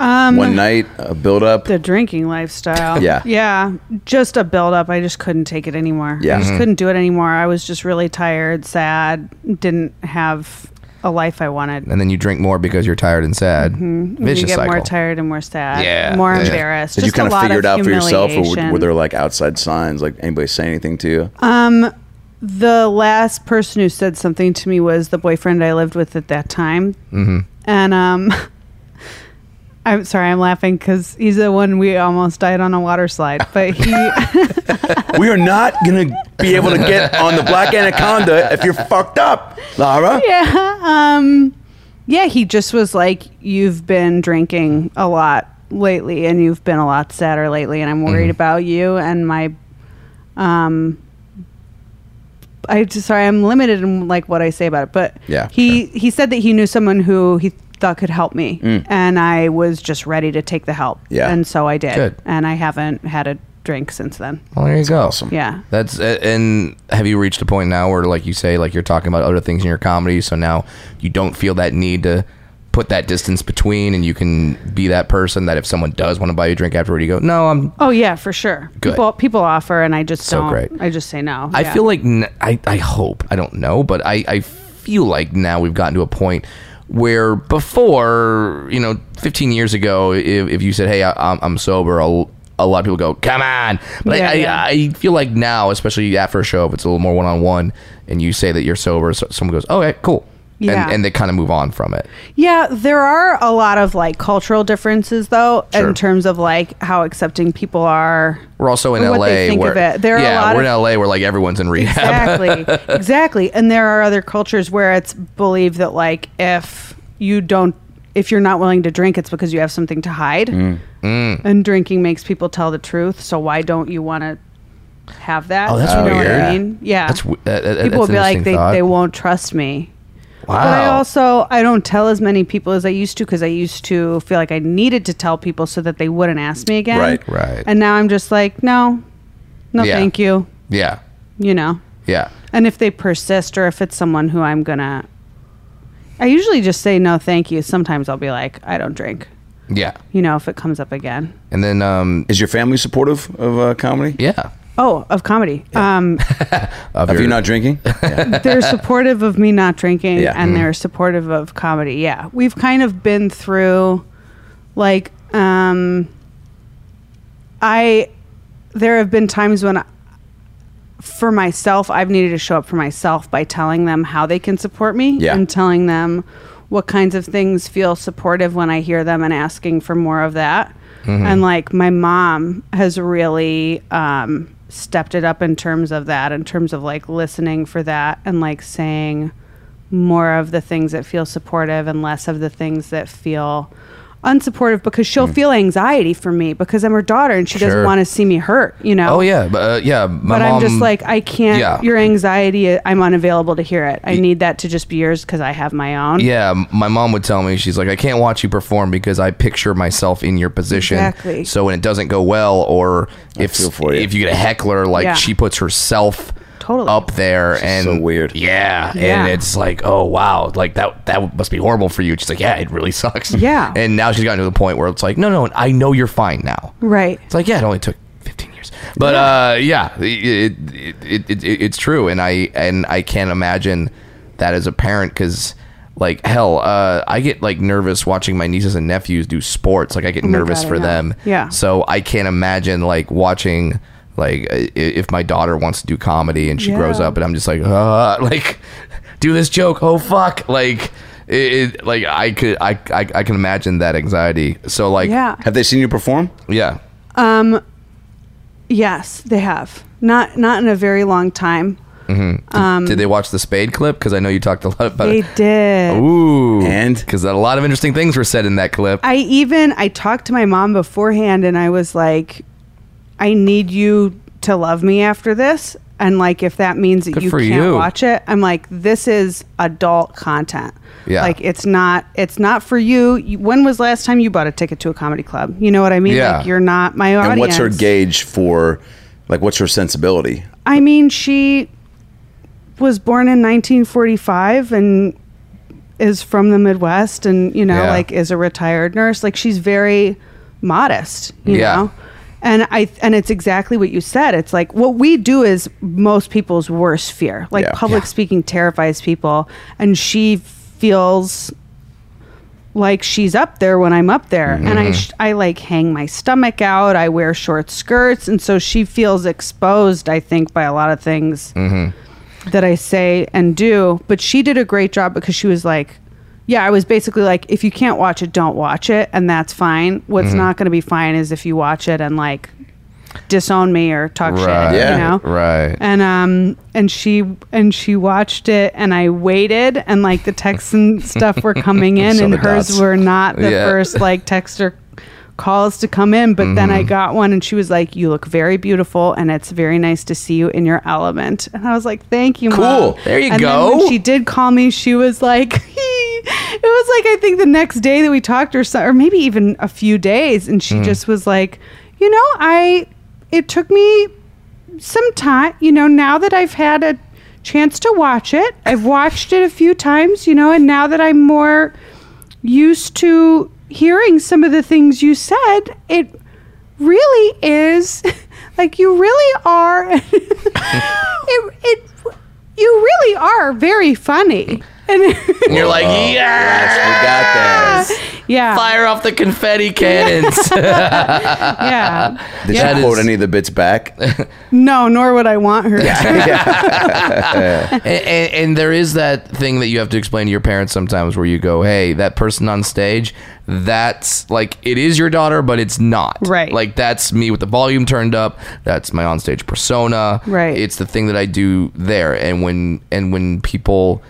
Speaker 2: Um, One night, a build up.
Speaker 6: the drinking lifestyle.
Speaker 2: Yeah.
Speaker 6: Yeah. Just a buildup. I just couldn't take it anymore.
Speaker 2: Yeah.
Speaker 6: I just couldn't do it anymore. I was just really tired, sad, didn't have a life I wanted.
Speaker 5: And then you drink more because you're tired and sad.
Speaker 6: Mm-hmm. you
Speaker 5: Vicious
Speaker 6: get
Speaker 5: cycle.
Speaker 6: more tired and more sad.
Speaker 5: Yeah,
Speaker 6: More
Speaker 5: yeah.
Speaker 6: embarrassed.
Speaker 2: Did you
Speaker 6: just
Speaker 2: kind
Speaker 6: a
Speaker 2: of
Speaker 6: lot
Speaker 2: figure it out for yourself, or were,
Speaker 6: humiliation. Uh,
Speaker 2: were there like outside signs? Like anybody say anything to you?
Speaker 6: the last person who said something to me was the boyfriend I lived with at that time. Mm-hmm. And um, I'm sorry, I'm laughing because he's the one we almost died on a water slide. But he.
Speaker 2: we are not gonna be able to get on the black anaconda if you're fucked up, Lara.
Speaker 6: yeah. Um, yeah, he just was like, You've been drinking a lot lately, and you've been a lot sadder lately, and I'm
Speaker 5: Mm-hmm.
Speaker 6: worried about you and my. Um, I just sorry, I'm limited in like what I say about it, but
Speaker 2: Yeah,
Speaker 6: he he said that he knew someone who he thought could help me,
Speaker 5: Mm.
Speaker 6: and I was just ready to take the help.
Speaker 2: Yeah.
Speaker 6: and so I did,
Speaker 5: Good.
Speaker 6: and I haven't had a drink since then.
Speaker 5: Well, there you go.
Speaker 6: Yeah,
Speaker 5: That's a- and have you reached a point now where like you say like you're talking about other things in your comedy so now you don't feel that need to put that distance between and you can be that person that if someone does want to buy you a drink afterward you go no I'm
Speaker 6: oh yeah, for sure.
Speaker 5: Good.
Speaker 6: People people offer, and I just
Speaker 5: So
Speaker 6: don't.
Speaker 5: great.
Speaker 6: I just say no.
Speaker 5: I
Speaker 6: Yeah.
Speaker 5: feel like n- I I hope I don't know but I I feel like now we've gotten to a point where before you know 15 years ago if, if you said hey I, I'm, I'm sober I'll a lot of people go, come on. But
Speaker 6: Yeah,
Speaker 5: I,
Speaker 6: yeah.
Speaker 5: I, I feel like now, especially after a show, if it's a little more one on one and you say that you're sober, so someone goes, okay, cool.
Speaker 6: Yeah.
Speaker 5: And, and they kind of move on from it.
Speaker 6: Yeah, there are a lot of like cultural differences though
Speaker 5: Sure.
Speaker 6: in terms of like how accepting people are.
Speaker 5: We're also in
Speaker 6: Or
Speaker 5: LA.
Speaker 6: what they think
Speaker 5: where,
Speaker 6: of it. There are a
Speaker 5: yeah,
Speaker 6: lot
Speaker 5: we're
Speaker 6: of-
Speaker 5: in LA where like everyone's in rehab.
Speaker 6: Exactly. exactly. And there are other cultures where it's believed that like if you don't if you're not willing to drink it's because you have something to hide.
Speaker 5: Mm,
Speaker 6: And drinking makes people tell the truth, so why don't you want to have that?
Speaker 5: Oh, that's
Speaker 6: you know what
Speaker 5: weird.
Speaker 6: I mean? Yeah.
Speaker 5: That's w- that- that-
Speaker 6: people
Speaker 5: that's
Speaker 6: will be
Speaker 5: an
Speaker 6: like
Speaker 5: interesting
Speaker 6: they,
Speaker 5: thought.
Speaker 6: they won't trust me.
Speaker 5: Wow.
Speaker 6: But I also I don't tell as many people as I used to because I used to feel like I needed to tell people so that they wouldn't ask me again.
Speaker 2: Right,
Speaker 5: right.
Speaker 6: And now I'm just like, no, no,
Speaker 5: Yeah.
Speaker 6: thank you.
Speaker 5: yeah.
Speaker 6: You know.
Speaker 5: Yeah.
Speaker 6: And if they persist or if it's someone who I'm gonna, I usually just say no, thank you. Sometimes I'll be like, I don't drink.
Speaker 5: Yeah.
Speaker 6: You know, if it comes up again.
Speaker 5: And then, um,
Speaker 2: Is your family supportive of uh, comedy?
Speaker 5: yeah.
Speaker 6: Oh, of comedy. Um,
Speaker 5: Of
Speaker 2: If
Speaker 5: your-
Speaker 2: you're not drinking,
Speaker 6: they're supportive of me not drinking
Speaker 2: Yeah.
Speaker 6: and they're supportive of comedy yeah we've kind of been through like um i there have been times when I, for myself i've needed to show up for myself by telling them how they can support me
Speaker 2: Yeah.
Speaker 6: and telling them what kinds of things feel supportive when I hear them and asking for more of that. And like my mom has really um, stepped it up in terms of that, in terms of like listening for that and like saying more of the things that feel supportive and less of the things that feel unsupportive because she'll feel anxiety for me because I'm her daughter and she
Speaker 5: Sure.
Speaker 6: doesn't want to see me hurt, you know?
Speaker 5: Oh yeah, but, uh, yeah.
Speaker 6: But
Speaker 5: My mom,
Speaker 6: I'm just like, I can't,
Speaker 5: Yeah.
Speaker 6: your anxiety, I'm unavailable to hear it. I need that to just be yours because I have my own.
Speaker 5: Yeah, m- my mom would tell me she's like, I can't watch you perform because I picture myself in your position.
Speaker 6: Exactly.
Speaker 5: So when it doesn't go well, or if
Speaker 2: feel for you.
Speaker 5: if you get a heckler, like
Speaker 6: Yeah. she
Speaker 5: she puts herself
Speaker 6: Totally.
Speaker 5: up there and
Speaker 2: so weird.
Speaker 5: Yeah,
Speaker 6: Yeah.
Speaker 5: and it's like, oh wow, like that that must be horrible for you. She's like, yeah, it really sucks.
Speaker 6: Yeah.
Speaker 5: And now she's gotten to the point where it's like, no, no, I know you're fine now.
Speaker 6: Right.
Speaker 5: It's like, yeah, it only took 15 years. But uh, yeah, it, it, it, it, it's true, and I and I can't imagine that as a parent because. Like hell, uh, I get like nervous watching my nieces and nephews do sports. Like I get nervous
Speaker 6: Oh God, I
Speaker 5: for
Speaker 6: know.
Speaker 5: them.
Speaker 6: Yeah.
Speaker 5: So I can't imagine like watching like i- if my daughter wants to do comedy and she grows
Speaker 6: Yeah.
Speaker 5: up and I'm just like, uh, like do this joke. Oh fuck! Like it, it like I could I, I I can imagine that anxiety. So like
Speaker 6: yeah.
Speaker 2: Have they seen you perform?
Speaker 5: yeah.
Speaker 6: Yes, they have. Not not in a very long time.
Speaker 5: Did they watch the Spade clip? Because I know you talked a lot about
Speaker 6: They
Speaker 5: it.
Speaker 6: did.
Speaker 5: Ooh,
Speaker 2: And?
Speaker 5: because a lot of interesting things were said in that clip.
Speaker 6: I even I talked to my mom beforehand and I was like I need you to love me after this and like if that means that
Speaker 5: Good
Speaker 6: you
Speaker 5: for
Speaker 6: can't
Speaker 5: you.
Speaker 6: watch it I'm like this is adult content.
Speaker 5: Yeah.
Speaker 6: Like it's not it's not for you. You- When was last time you bought a ticket to a comedy club? You know what I mean?
Speaker 5: Yeah.
Speaker 6: Like you're not my audience.
Speaker 2: And what's her gauge for, like, what's her sensibility?
Speaker 6: I mean, she was born in 1945 and is from the Midwest and, you know,
Speaker 5: Yeah.
Speaker 6: like is a retired nurse. Like she's very modest, you
Speaker 5: Yeah.
Speaker 6: know. And I and it's exactly what you said. It's like what we do is most people's worst fear. Like
Speaker 2: Yeah.
Speaker 6: public speaking terrifies people and she feels like she's up there when I'm up there, and
Speaker 2: Mm-hmm.
Speaker 6: I sh- I like hang my stomach out. I wear short skirts, and so she feels exposed. I think by a lot of things that I say and do. But she did a great job because she was like, yeah, I was basically like, if you can't watch it, don't watch it, and that's fine. What's not going to be fine is if you watch it and like disown me or talk
Speaker 5: Right.
Speaker 6: shit.
Speaker 2: Yeah.
Speaker 6: You know,
Speaker 5: Right.
Speaker 6: and um and she and she watched it and I waited and like the texts and stuff were coming in
Speaker 2: Some
Speaker 6: and
Speaker 2: of
Speaker 6: hers
Speaker 2: that's-
Speaker 6: were not the
Speaker 5: Yeah.
Speaker 6: first like text or calls to come in but then I got one and she was like you look very beautiful and it's very nice to see you in your element and I was like thank you Mom."
Speaker 5: Cool. There you
Speaker 6: And then
Speaker 5: go.
Speaker 6: when she did call me she was like it was like I think the next day that we talked or so, or maybe even a few days and
Speaker 5: Hmm.
Speaker 6: she just was like you know I it took me some time, you know, now that I've had a chance to watch it, I've watched it a few times, you know, and now that I'm more used to hearing some of the things you said, it really is like you really are it, it you really are very funny. And
Speaker 5: And you're like, yeah,
Speaker 2: Yes, we got that.
Speaker 6: yeah.
Speaker 5: fire off the confetti cannons.
Speaker 6: Yeah.
Speaker 2: Did
Speaker 5: That
Speaker 2: she
Speaker 5: is-
Speaker 2: quote any of the bits back?
Speaker 6: No, nor would I want her. to.
Speaker 5: and, and, and there is that thing that you have to explain to your parents sometimes where you go, hey, that person on stage, that's like, it is your daughter, but it's not.
Speaker 6: Right.
Speaker 5: Like, that's me with the volume turned up. That's my onstage persona.
Speaker 6: Right.
Speaker 5: It's the thing that I do there. And when, and when people,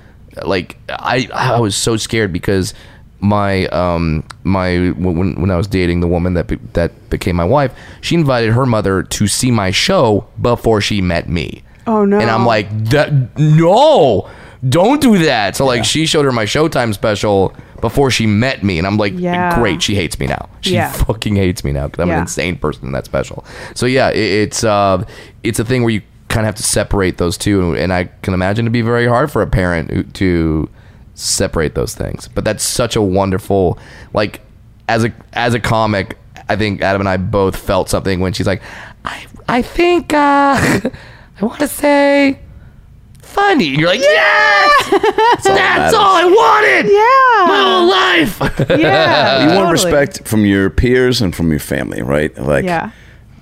Speaker 5: like, I, I was so scared because my um my when when I was dating the woman that be, that became my wife, she invited her mother to see my show before she met me.
Speaker 6: Oh, no.
Speaker 5: And I'm like, that no, don't do that. So like, she showed her my Showtime special before she met me, and I'm like,
Speaker 6: Yeah.
Speaker 5: great, she hates me now. She
Speaker 6: Yeah.
Speaker 5: fucking hates me now because I'm
Speaker 6: Yeah.
Speaker 5: an insane person in that special. So yeah, it, it's uh, it's a thing where you kind of have to separate those two, and I can imagine it'd be very hard for a parent who- to separate those things. But that's such a wonderful like as a as a comic. I think Adam and I both felt something when she's like, I I think uh, I want to say funny. And you're like, yes, that's,
Speaker 2: matters.
Speaker 5: all I wanted. my whole
Speaker 6: Yeah.
Speaker 5: life.
Speaker 6: Yeah.
Speaker 2: you want
Speaker 6: totally.
Speaker 2: respect from your peers and from your family, right? Like,
Speaker 6: Yeah.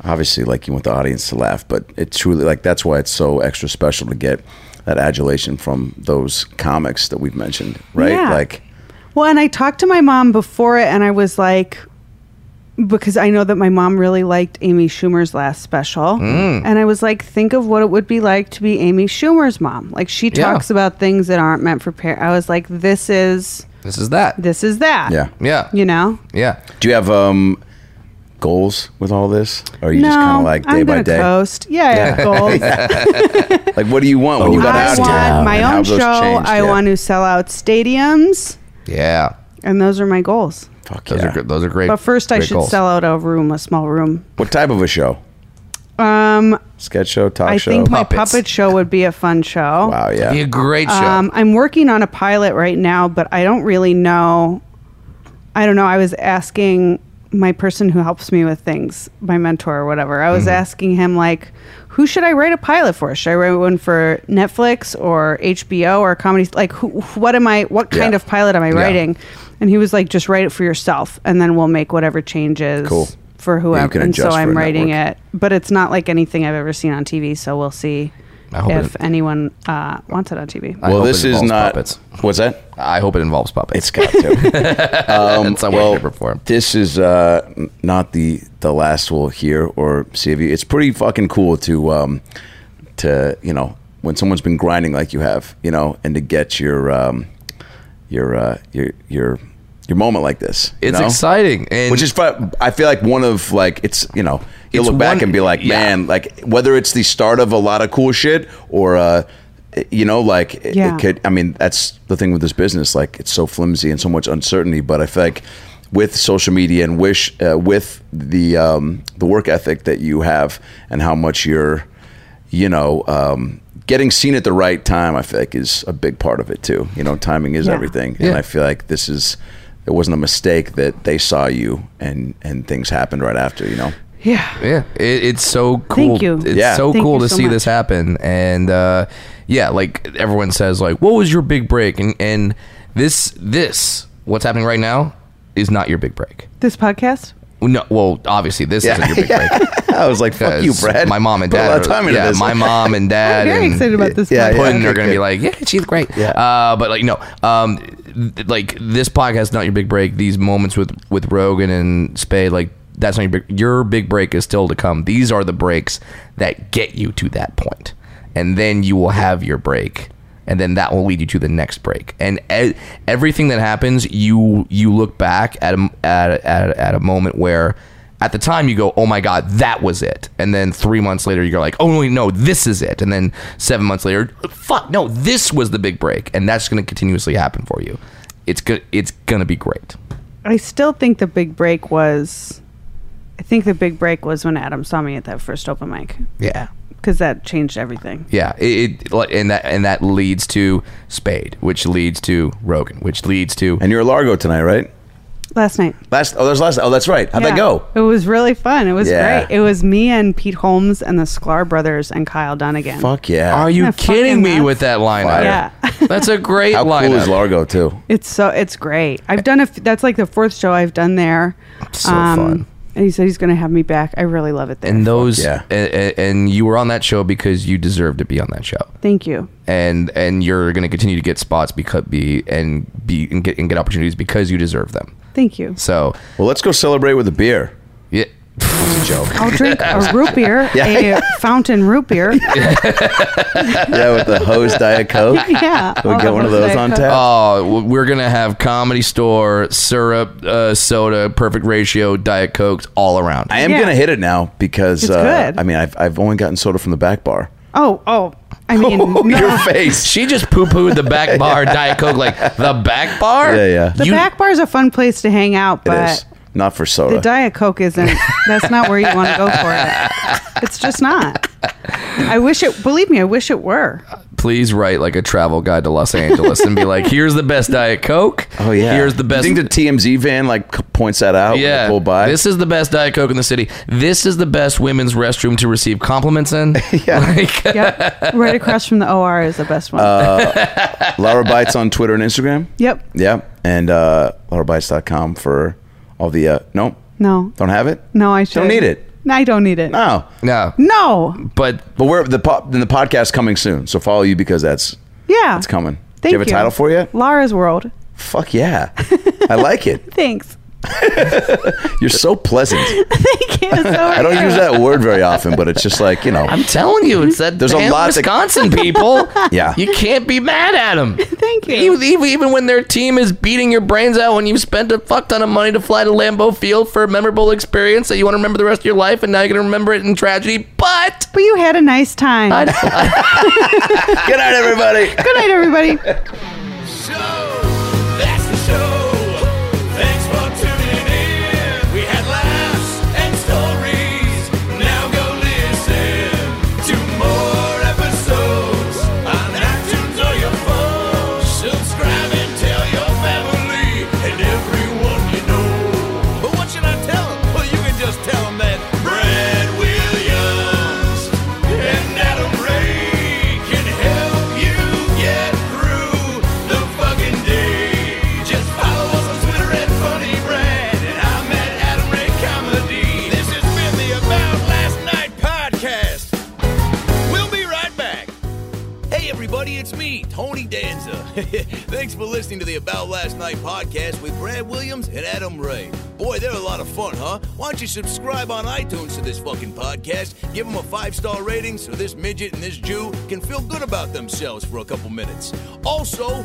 Speaker 2: obviously, like you want the audience to laugh, but it truly, like, that's why it's so extra special to get that adulation from those comics that we've mentioned, right?
Speaker 6: Yeah.
Speaker 2: Like,
Speaker 6: Well, and I talked to my mom before it, and I was like, because I know that my mom really liked Amy Schumer's last special.
Speaker 2: Mm.
Speaker 6: And I was like, think of what it would be like to be Amy Schumer's mom. Like, she
Speaker 5: Yeah.
Speaker 6: talks about things that aren't meant for parents. I was like, this is,
Speaker 5: This is that.
Speaker 6: this is that.
Speaker 2: Yeah.
Speaker 5: Yeah.
Speaker 6: You know?
Speaker 5: Yeah.
Speaker 2: Do you have um goals with all this? Or are you just kind of like day
Speaker 6: I'm
Speaker 2: by
Speaker 6: gonna
Speaker 2: day?
Speaker 6: Coast. Yeah, I have goals.
Speaker 2: Like, what do you want when you got
Speaker 6: I
Speaker 2: out here?
Speaker 6: want my
Speaker 2: And how
Speaker 6: own
Speaker 2: have
Speaker 6: show.
Speaker 2: those changed?
Speaker 6: I
Speaker 2: Yeah.
Speaker 6: want to sell out stadiums,
Speaker 5: Yeah.
Speaker 6: and those are my goals.
Speaker 2: Fuck
Speaker 5: Those
Speaker 2: yeah.
Speaker 5: are good. Those are great.
Speaker 6: But first, I
Speaker 5: great
Speaker 6: should
Speaker 5: goals.
Speaker 6: sell out a room, a small room.
Speaker 2: What type of a show?
Speaker 6: Um,
Speaker 2: Sketch show, talk
Speaker 6: I
Speaker 2: show.
Speaker 6: think my
Speaker 5: Puppets.
Speaker 6: puppet show would be a fun show.
Speaker 2: wow, yeah.
Speaker 5: Be a great show.
Speaker 6: Um, I'm working on a pilot right now, but I don't really know. I don't know. I was asking my person who helps me with things, my mentor or whatever. I
Speaker 2: Mm-hmm.
Speaker 6: was asking him like, who should I write a pilot for? Should I write one for Netflix or HBO or comedy? Like, who, what am I? What kind
Speaker 2: Yeah.
Speaker 6: of pilot am I writing? And he was like, just write it for yourself, and then we'll make whatever changes.
Speaker 2: Cool.
Speaker 6: For
Speaker 2: Yeah, you
Speaker 6: whoever,
Speaker 2: can
Speaker 6: and so
Speaker 2: adjust for
Speaker 6: I'm
Speaker 2: a
Speaker 6: writing
Speaker 2: network.
Speaker 6: it, but it's not like anything I've ever seen on TV. So we'll see
Speaker 5: I hope
Speaker 6: if
Speaker 5: it-
Speaker 6: anyone uh, wants it on TV.
Speaker 5: I
Speaker 2: well,
Speaker 5: hope
Speaker 2: this
Speaker 5: it
Speaker 2: is
Speaker 5: involves
Speaker 2: not.
Speaker 5: puppets.
Speaker 2: What's that?
Speaker 5: I hope it involves puppets.
Speaker 2: It's got to. um,
Speaker 5: Some way, shape, or form.
Speaker 2: this is uh, n- not the the last we'll hear or see of you. It's pretty fucking cool to um, to you know when someone's been grinding like you have, you know, and to get your um, your uh, your your your moment like this. you
Speaker 5: It's
Speaker 2: know?
Speaker 5: exciting, and
Speaker 2: Which is, fun. I feel like one of like it's you know you
Speaker 5: It's
Speaker 2: look back
Speaker 5: one-
Speaker 2: and be like,
Speaker 5: yeah.
Speaker 2: man, like whether it's the start of a lot of cool shit or uh, you know, like it, it
Speaker 6: Yeah.
Speaker 2: could. I mean, that's the thing with this business. Like it's so flimsy and so much uncertainty. But I feel like with social media and wish uh, with the um, the work ethic that you have and how much you're, you know. Um, Getting seen at the right time, I feel like, is a big part of it too. You know, timing is
Speaker 6: Yeah.
Speaker 2: everything,
Speaker 5: Yeah.
Speaker 2: and I feel like this is it wasn't a mistake that they saw you and and things happened right after you know
Speaker 6: Yeah.
Speaker 5: yeah, it, it's so cool.
Speaker 6: you.
Speaker 5: It's
Speaker 2: Yeah.
Speaker 5: so
Speaker 6: Thank
Speaker 5: cool
Speaker 6: you
Speaker 5: to
Speaker 6: so
Speaker 5: see
Speaker 6: much.
Speaker 5: this happen, and uh, yeah, like everyone says, like, what was your big break? And and this this what's happening right now is not your big break.
Speaker 6: This podcast?
Speaker 5: No, well, obviously this isn't your big break.
Speaker 2: i was like fuck you
Speaker 5: because
Speaker 2: brad
Speaker 5: My mom and
Speaker 2: Put a
Speaker 5: dad.
Speaker 2: lot of
Speaker 5: are-
Speaker 2: time into
Speaker 5: yeah,
Speaker 2: this.
Speaker 5: my mom and dad.
Speaker 6: very
Speaker 5: and
Speaker 6: excited about this
Speaker 2: Yeah, yeah.
Speaker 5: Puddin
Speaker 2: Okay,
Speaker 5: are going to
Speaker 2: good.
Speaker 5: be like, yeah, she's great.
Speaker 2: Yeah.
Speaker 5: Uh, but like, no, um, th- like this podcast, not your big break. These moments with with Rogan and Spade, like that's not your big. Your big break is still to come. These are the breaks that get you to that point, and then you will have your break. And then that will lead you to the next break, and e- everything that happens, you you look back at a m at a, at, a, at a moment where at the time you go, oh my god, that was it, and then three months later you're like, oh wait, no, this is it, and then seven months later, fuck, no, this was the big break, and that's going to continuously happen for you. It's good. It's gonna be great.
Speaker 6: I still think the big break was. I think the big break was when Adam saw me at that first open mic
Speaker 5: Yeah,
Speaker 6: because that changed everything.
Speaker 5: yeah. It, it like, and that and that leads to Spade, which leads to Rogan, which leads to
Speaker 2: and you're a largo tonight right
Speaker 6: Last night.
Speaker 2: last oh there's last oh that's right how'd
Speaker 6: Yeah.
Speaker 2: that go
Speaker 6: It was really fun. It was
Speaker 2: Yeah.
Speaker 6: great. It was me and Pete Holmes and the Sklar brothers and Kyle Dunnigan.
Speaker 2: fuck yeah
Speaker 5: Are you
Speaker 6: Isn't that
Speaker 5: kidding
Speaker 6: fucking
Speaker 5: me
Speaker 6: nuts?
Speaker 5: with that lineup?
Speaker 2: Fire.
Speaker 6: Yeah.
Speaker 5: that's a great
Speaker 2: how
Speaker 5: lineup.
Speaker 2: cool is largo too
Speaker 6: It's so it's great. I've done a f- that's like the fourth show I've done there.
Speaker 5: So
Speaker 6: Um,
Speaker 5: fun.
Speaker 6: And he said he's going to have me back. I really love it there.
Speaker 5: and those,
Speaker 2: Yeah.
Speaker 5: a- a- and you were on that show because you deserve to be on that show.
Speaker 6: Thank you.
Speaker 5: and and you're going to continue to get spots because be and be and get and get opportunities because you deserve them.
Speaker 6: Thank you.
Speaker 5: So
Speaker 2: well let's go celebrate with a beer
Speaker 5: yeah,
Speaker 2: it's a joke
Speaker 6: I'll drink a root beer, a fountain root beer.
Speaker 2: yeah with the hose diet coke
Speaker 6: yeah. Oh,
Speaker 2: we
Speaker 6: I'll
Speaker 2: get
Speaker 6: have
Speaker 2: one of those on
Speaker 6: Diet Coke.
Speaker 2: tap
Speaker 5: oh, w- we're gonna have comedy store syrup, uh, soda, perfect ratio, diet cokes all around.
Speaker 2: i am
Speaker 6: Yeah.
Speaker 2: gonna hit it now because
Speaker 6: It's
Speaker 2: uh,
Speaker 6: good.
Speaker 2: i mean I've, I've only gotten soda from the back bar
Speaker 6: Oh, oh. I mean, no.
Speaker 2: your face
Speaker 5: she just poo pooed the back bar diet coke like the back bar.
Speaker 2: Yeah, yeah.
Speaker 6: the
Speaker 5: You-
Speaker 6: back bar is a fun place to hang out,
Speaker 2: it
Speaker 6: but
Speaker 2: is not for soda
Speaker 6: the Diet Coke isn't. that's not where you want to go for it. It's just not. I wish it. Believe me, I wish it were.
Speaker 5: Please write like a travel guide to Los Angeles and be like, here's the best diet coke.
Speaker 2: oh yeah
Speaker 5: here's the best.
Speaker 2: you think the tmz van like c- points that out when they
Speaker 5: Yeah,
Speaker 2: pull by
Speaker 5: this is the best Diet Coke in the city. This is the best women's restroom to receive compliments in. yeah. Like,
Speaker 6: Yep. Right across from the OR is the best one.
Speaker 2: Uh, Laura Bites on Twitter and Instagram.
Speaker 6: yep.
Speaker 2: Yeah. And uh, laurabites.com for all the. Uh, no.
Speaker 6: No.
Speaker 2: Don't have it?
Speaker 6: No, I should.
Speaker 2: Don't need it. Ah.
Speaker 6: No, I don't need it.
Speaker 2: No.
Speaker 5: no,
Speaker 6: No.
Speaker 5: but
Speaker 2: But we're the pop, then the podcast coming soon. So follow you because that's
Speaker 6: Yeah.
Speaker 2: it's coming.
Speaker 6: Thank
Speaker 2: Do you have a title for it yet?
Speaker 6: Lara's World.
Speaker 2: Fuck yeah. I like it.
Speaker 6: Thanks.
Speaker 2: You're so pleasant.
Speaker 6: Thank you. So
Speaker 2: I don't use that word very often, but it's just like, you know,
Speaker 5: I'm telling you, it's that
Speaker 2: There's
Speaker 5: there's
Speaker 2: a
Speaker 5: a
Speaker 2: lot that-
Speaker 5: Wisconsin people.
Speaker 2: Yeah.
Speaker 5: you can't be mad at them.
Speaker 6: Thank you.
Speaker 5: Even, even when their team is beating your brains out, when you spent a fuck ton of money to fly to Lambeau Field for a memorable experience that you want to remember the rest of your life, and now you're gonna remember it in tragedy. But
Speaker 6: But you had a nice time.
Speaker 2: good night, everybody.
Speaker 6: Good night, everybody.
Speaker 3: That's the show. Thanks for tuning in. We had laughs and stories. Now go listen to more episodes on iTunes or your phone. Subscribe and tell your family and everyone you know. But what should I tell 'em? Well, you can just tell 'em that Brad Williams and Adam Ray can help you get through the fucking day. Just follow us on Twitter at Funny Brad, and I'm at Adam Ray Comedy. This has been the About Last Night podcast. We'll be right back. Hey, everybody, it's me, Tony Danza. Thanks for listening to the About Last Night podcast with Brad Williams and Adam Ray. Boy, they're a lot of fun, huh? Why don't you subscribe on iTunes to this fucking podcast? Give them a five star rating so this midget and this Jew can feel good about themselves for a couple minutes. Also,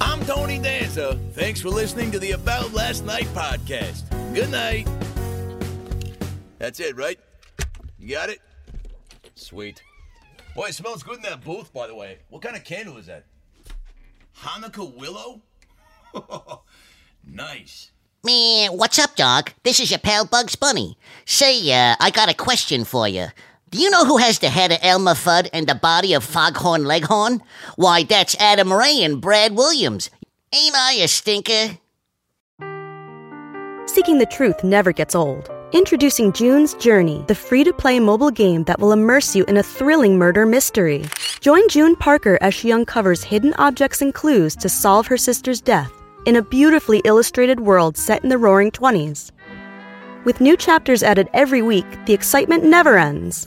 Speaker 3: I'm Tony Danza. Thanks for listening to the About Last Night podcast. Good night. That's it, right? You got it? Sweet. Boy, it smells good in that booth, by the way. What kind of candle is that? Hanukkah willow? nice.
Speaker 8: Man, what's up, dog? This is your pal Bugs Bunny. Say, uh, I got a question for you. Do you know who has the head of Elmer Fudd and the body of Foghorn Leghorn? Why, that's Adam Ray and Brad Williams. Ain't I a stinker?
Speaker 9: Seeking the truth never gets old. Introducing June's Journey, the free to play mobile game that will immerse you in a thrilling murder mystery. Join June Parker as she uncovers hidden objects and clues to solve her sister's death in a beautifully illustrated world set in the roaring 20s. With new chapters added every week, the excitement never ends.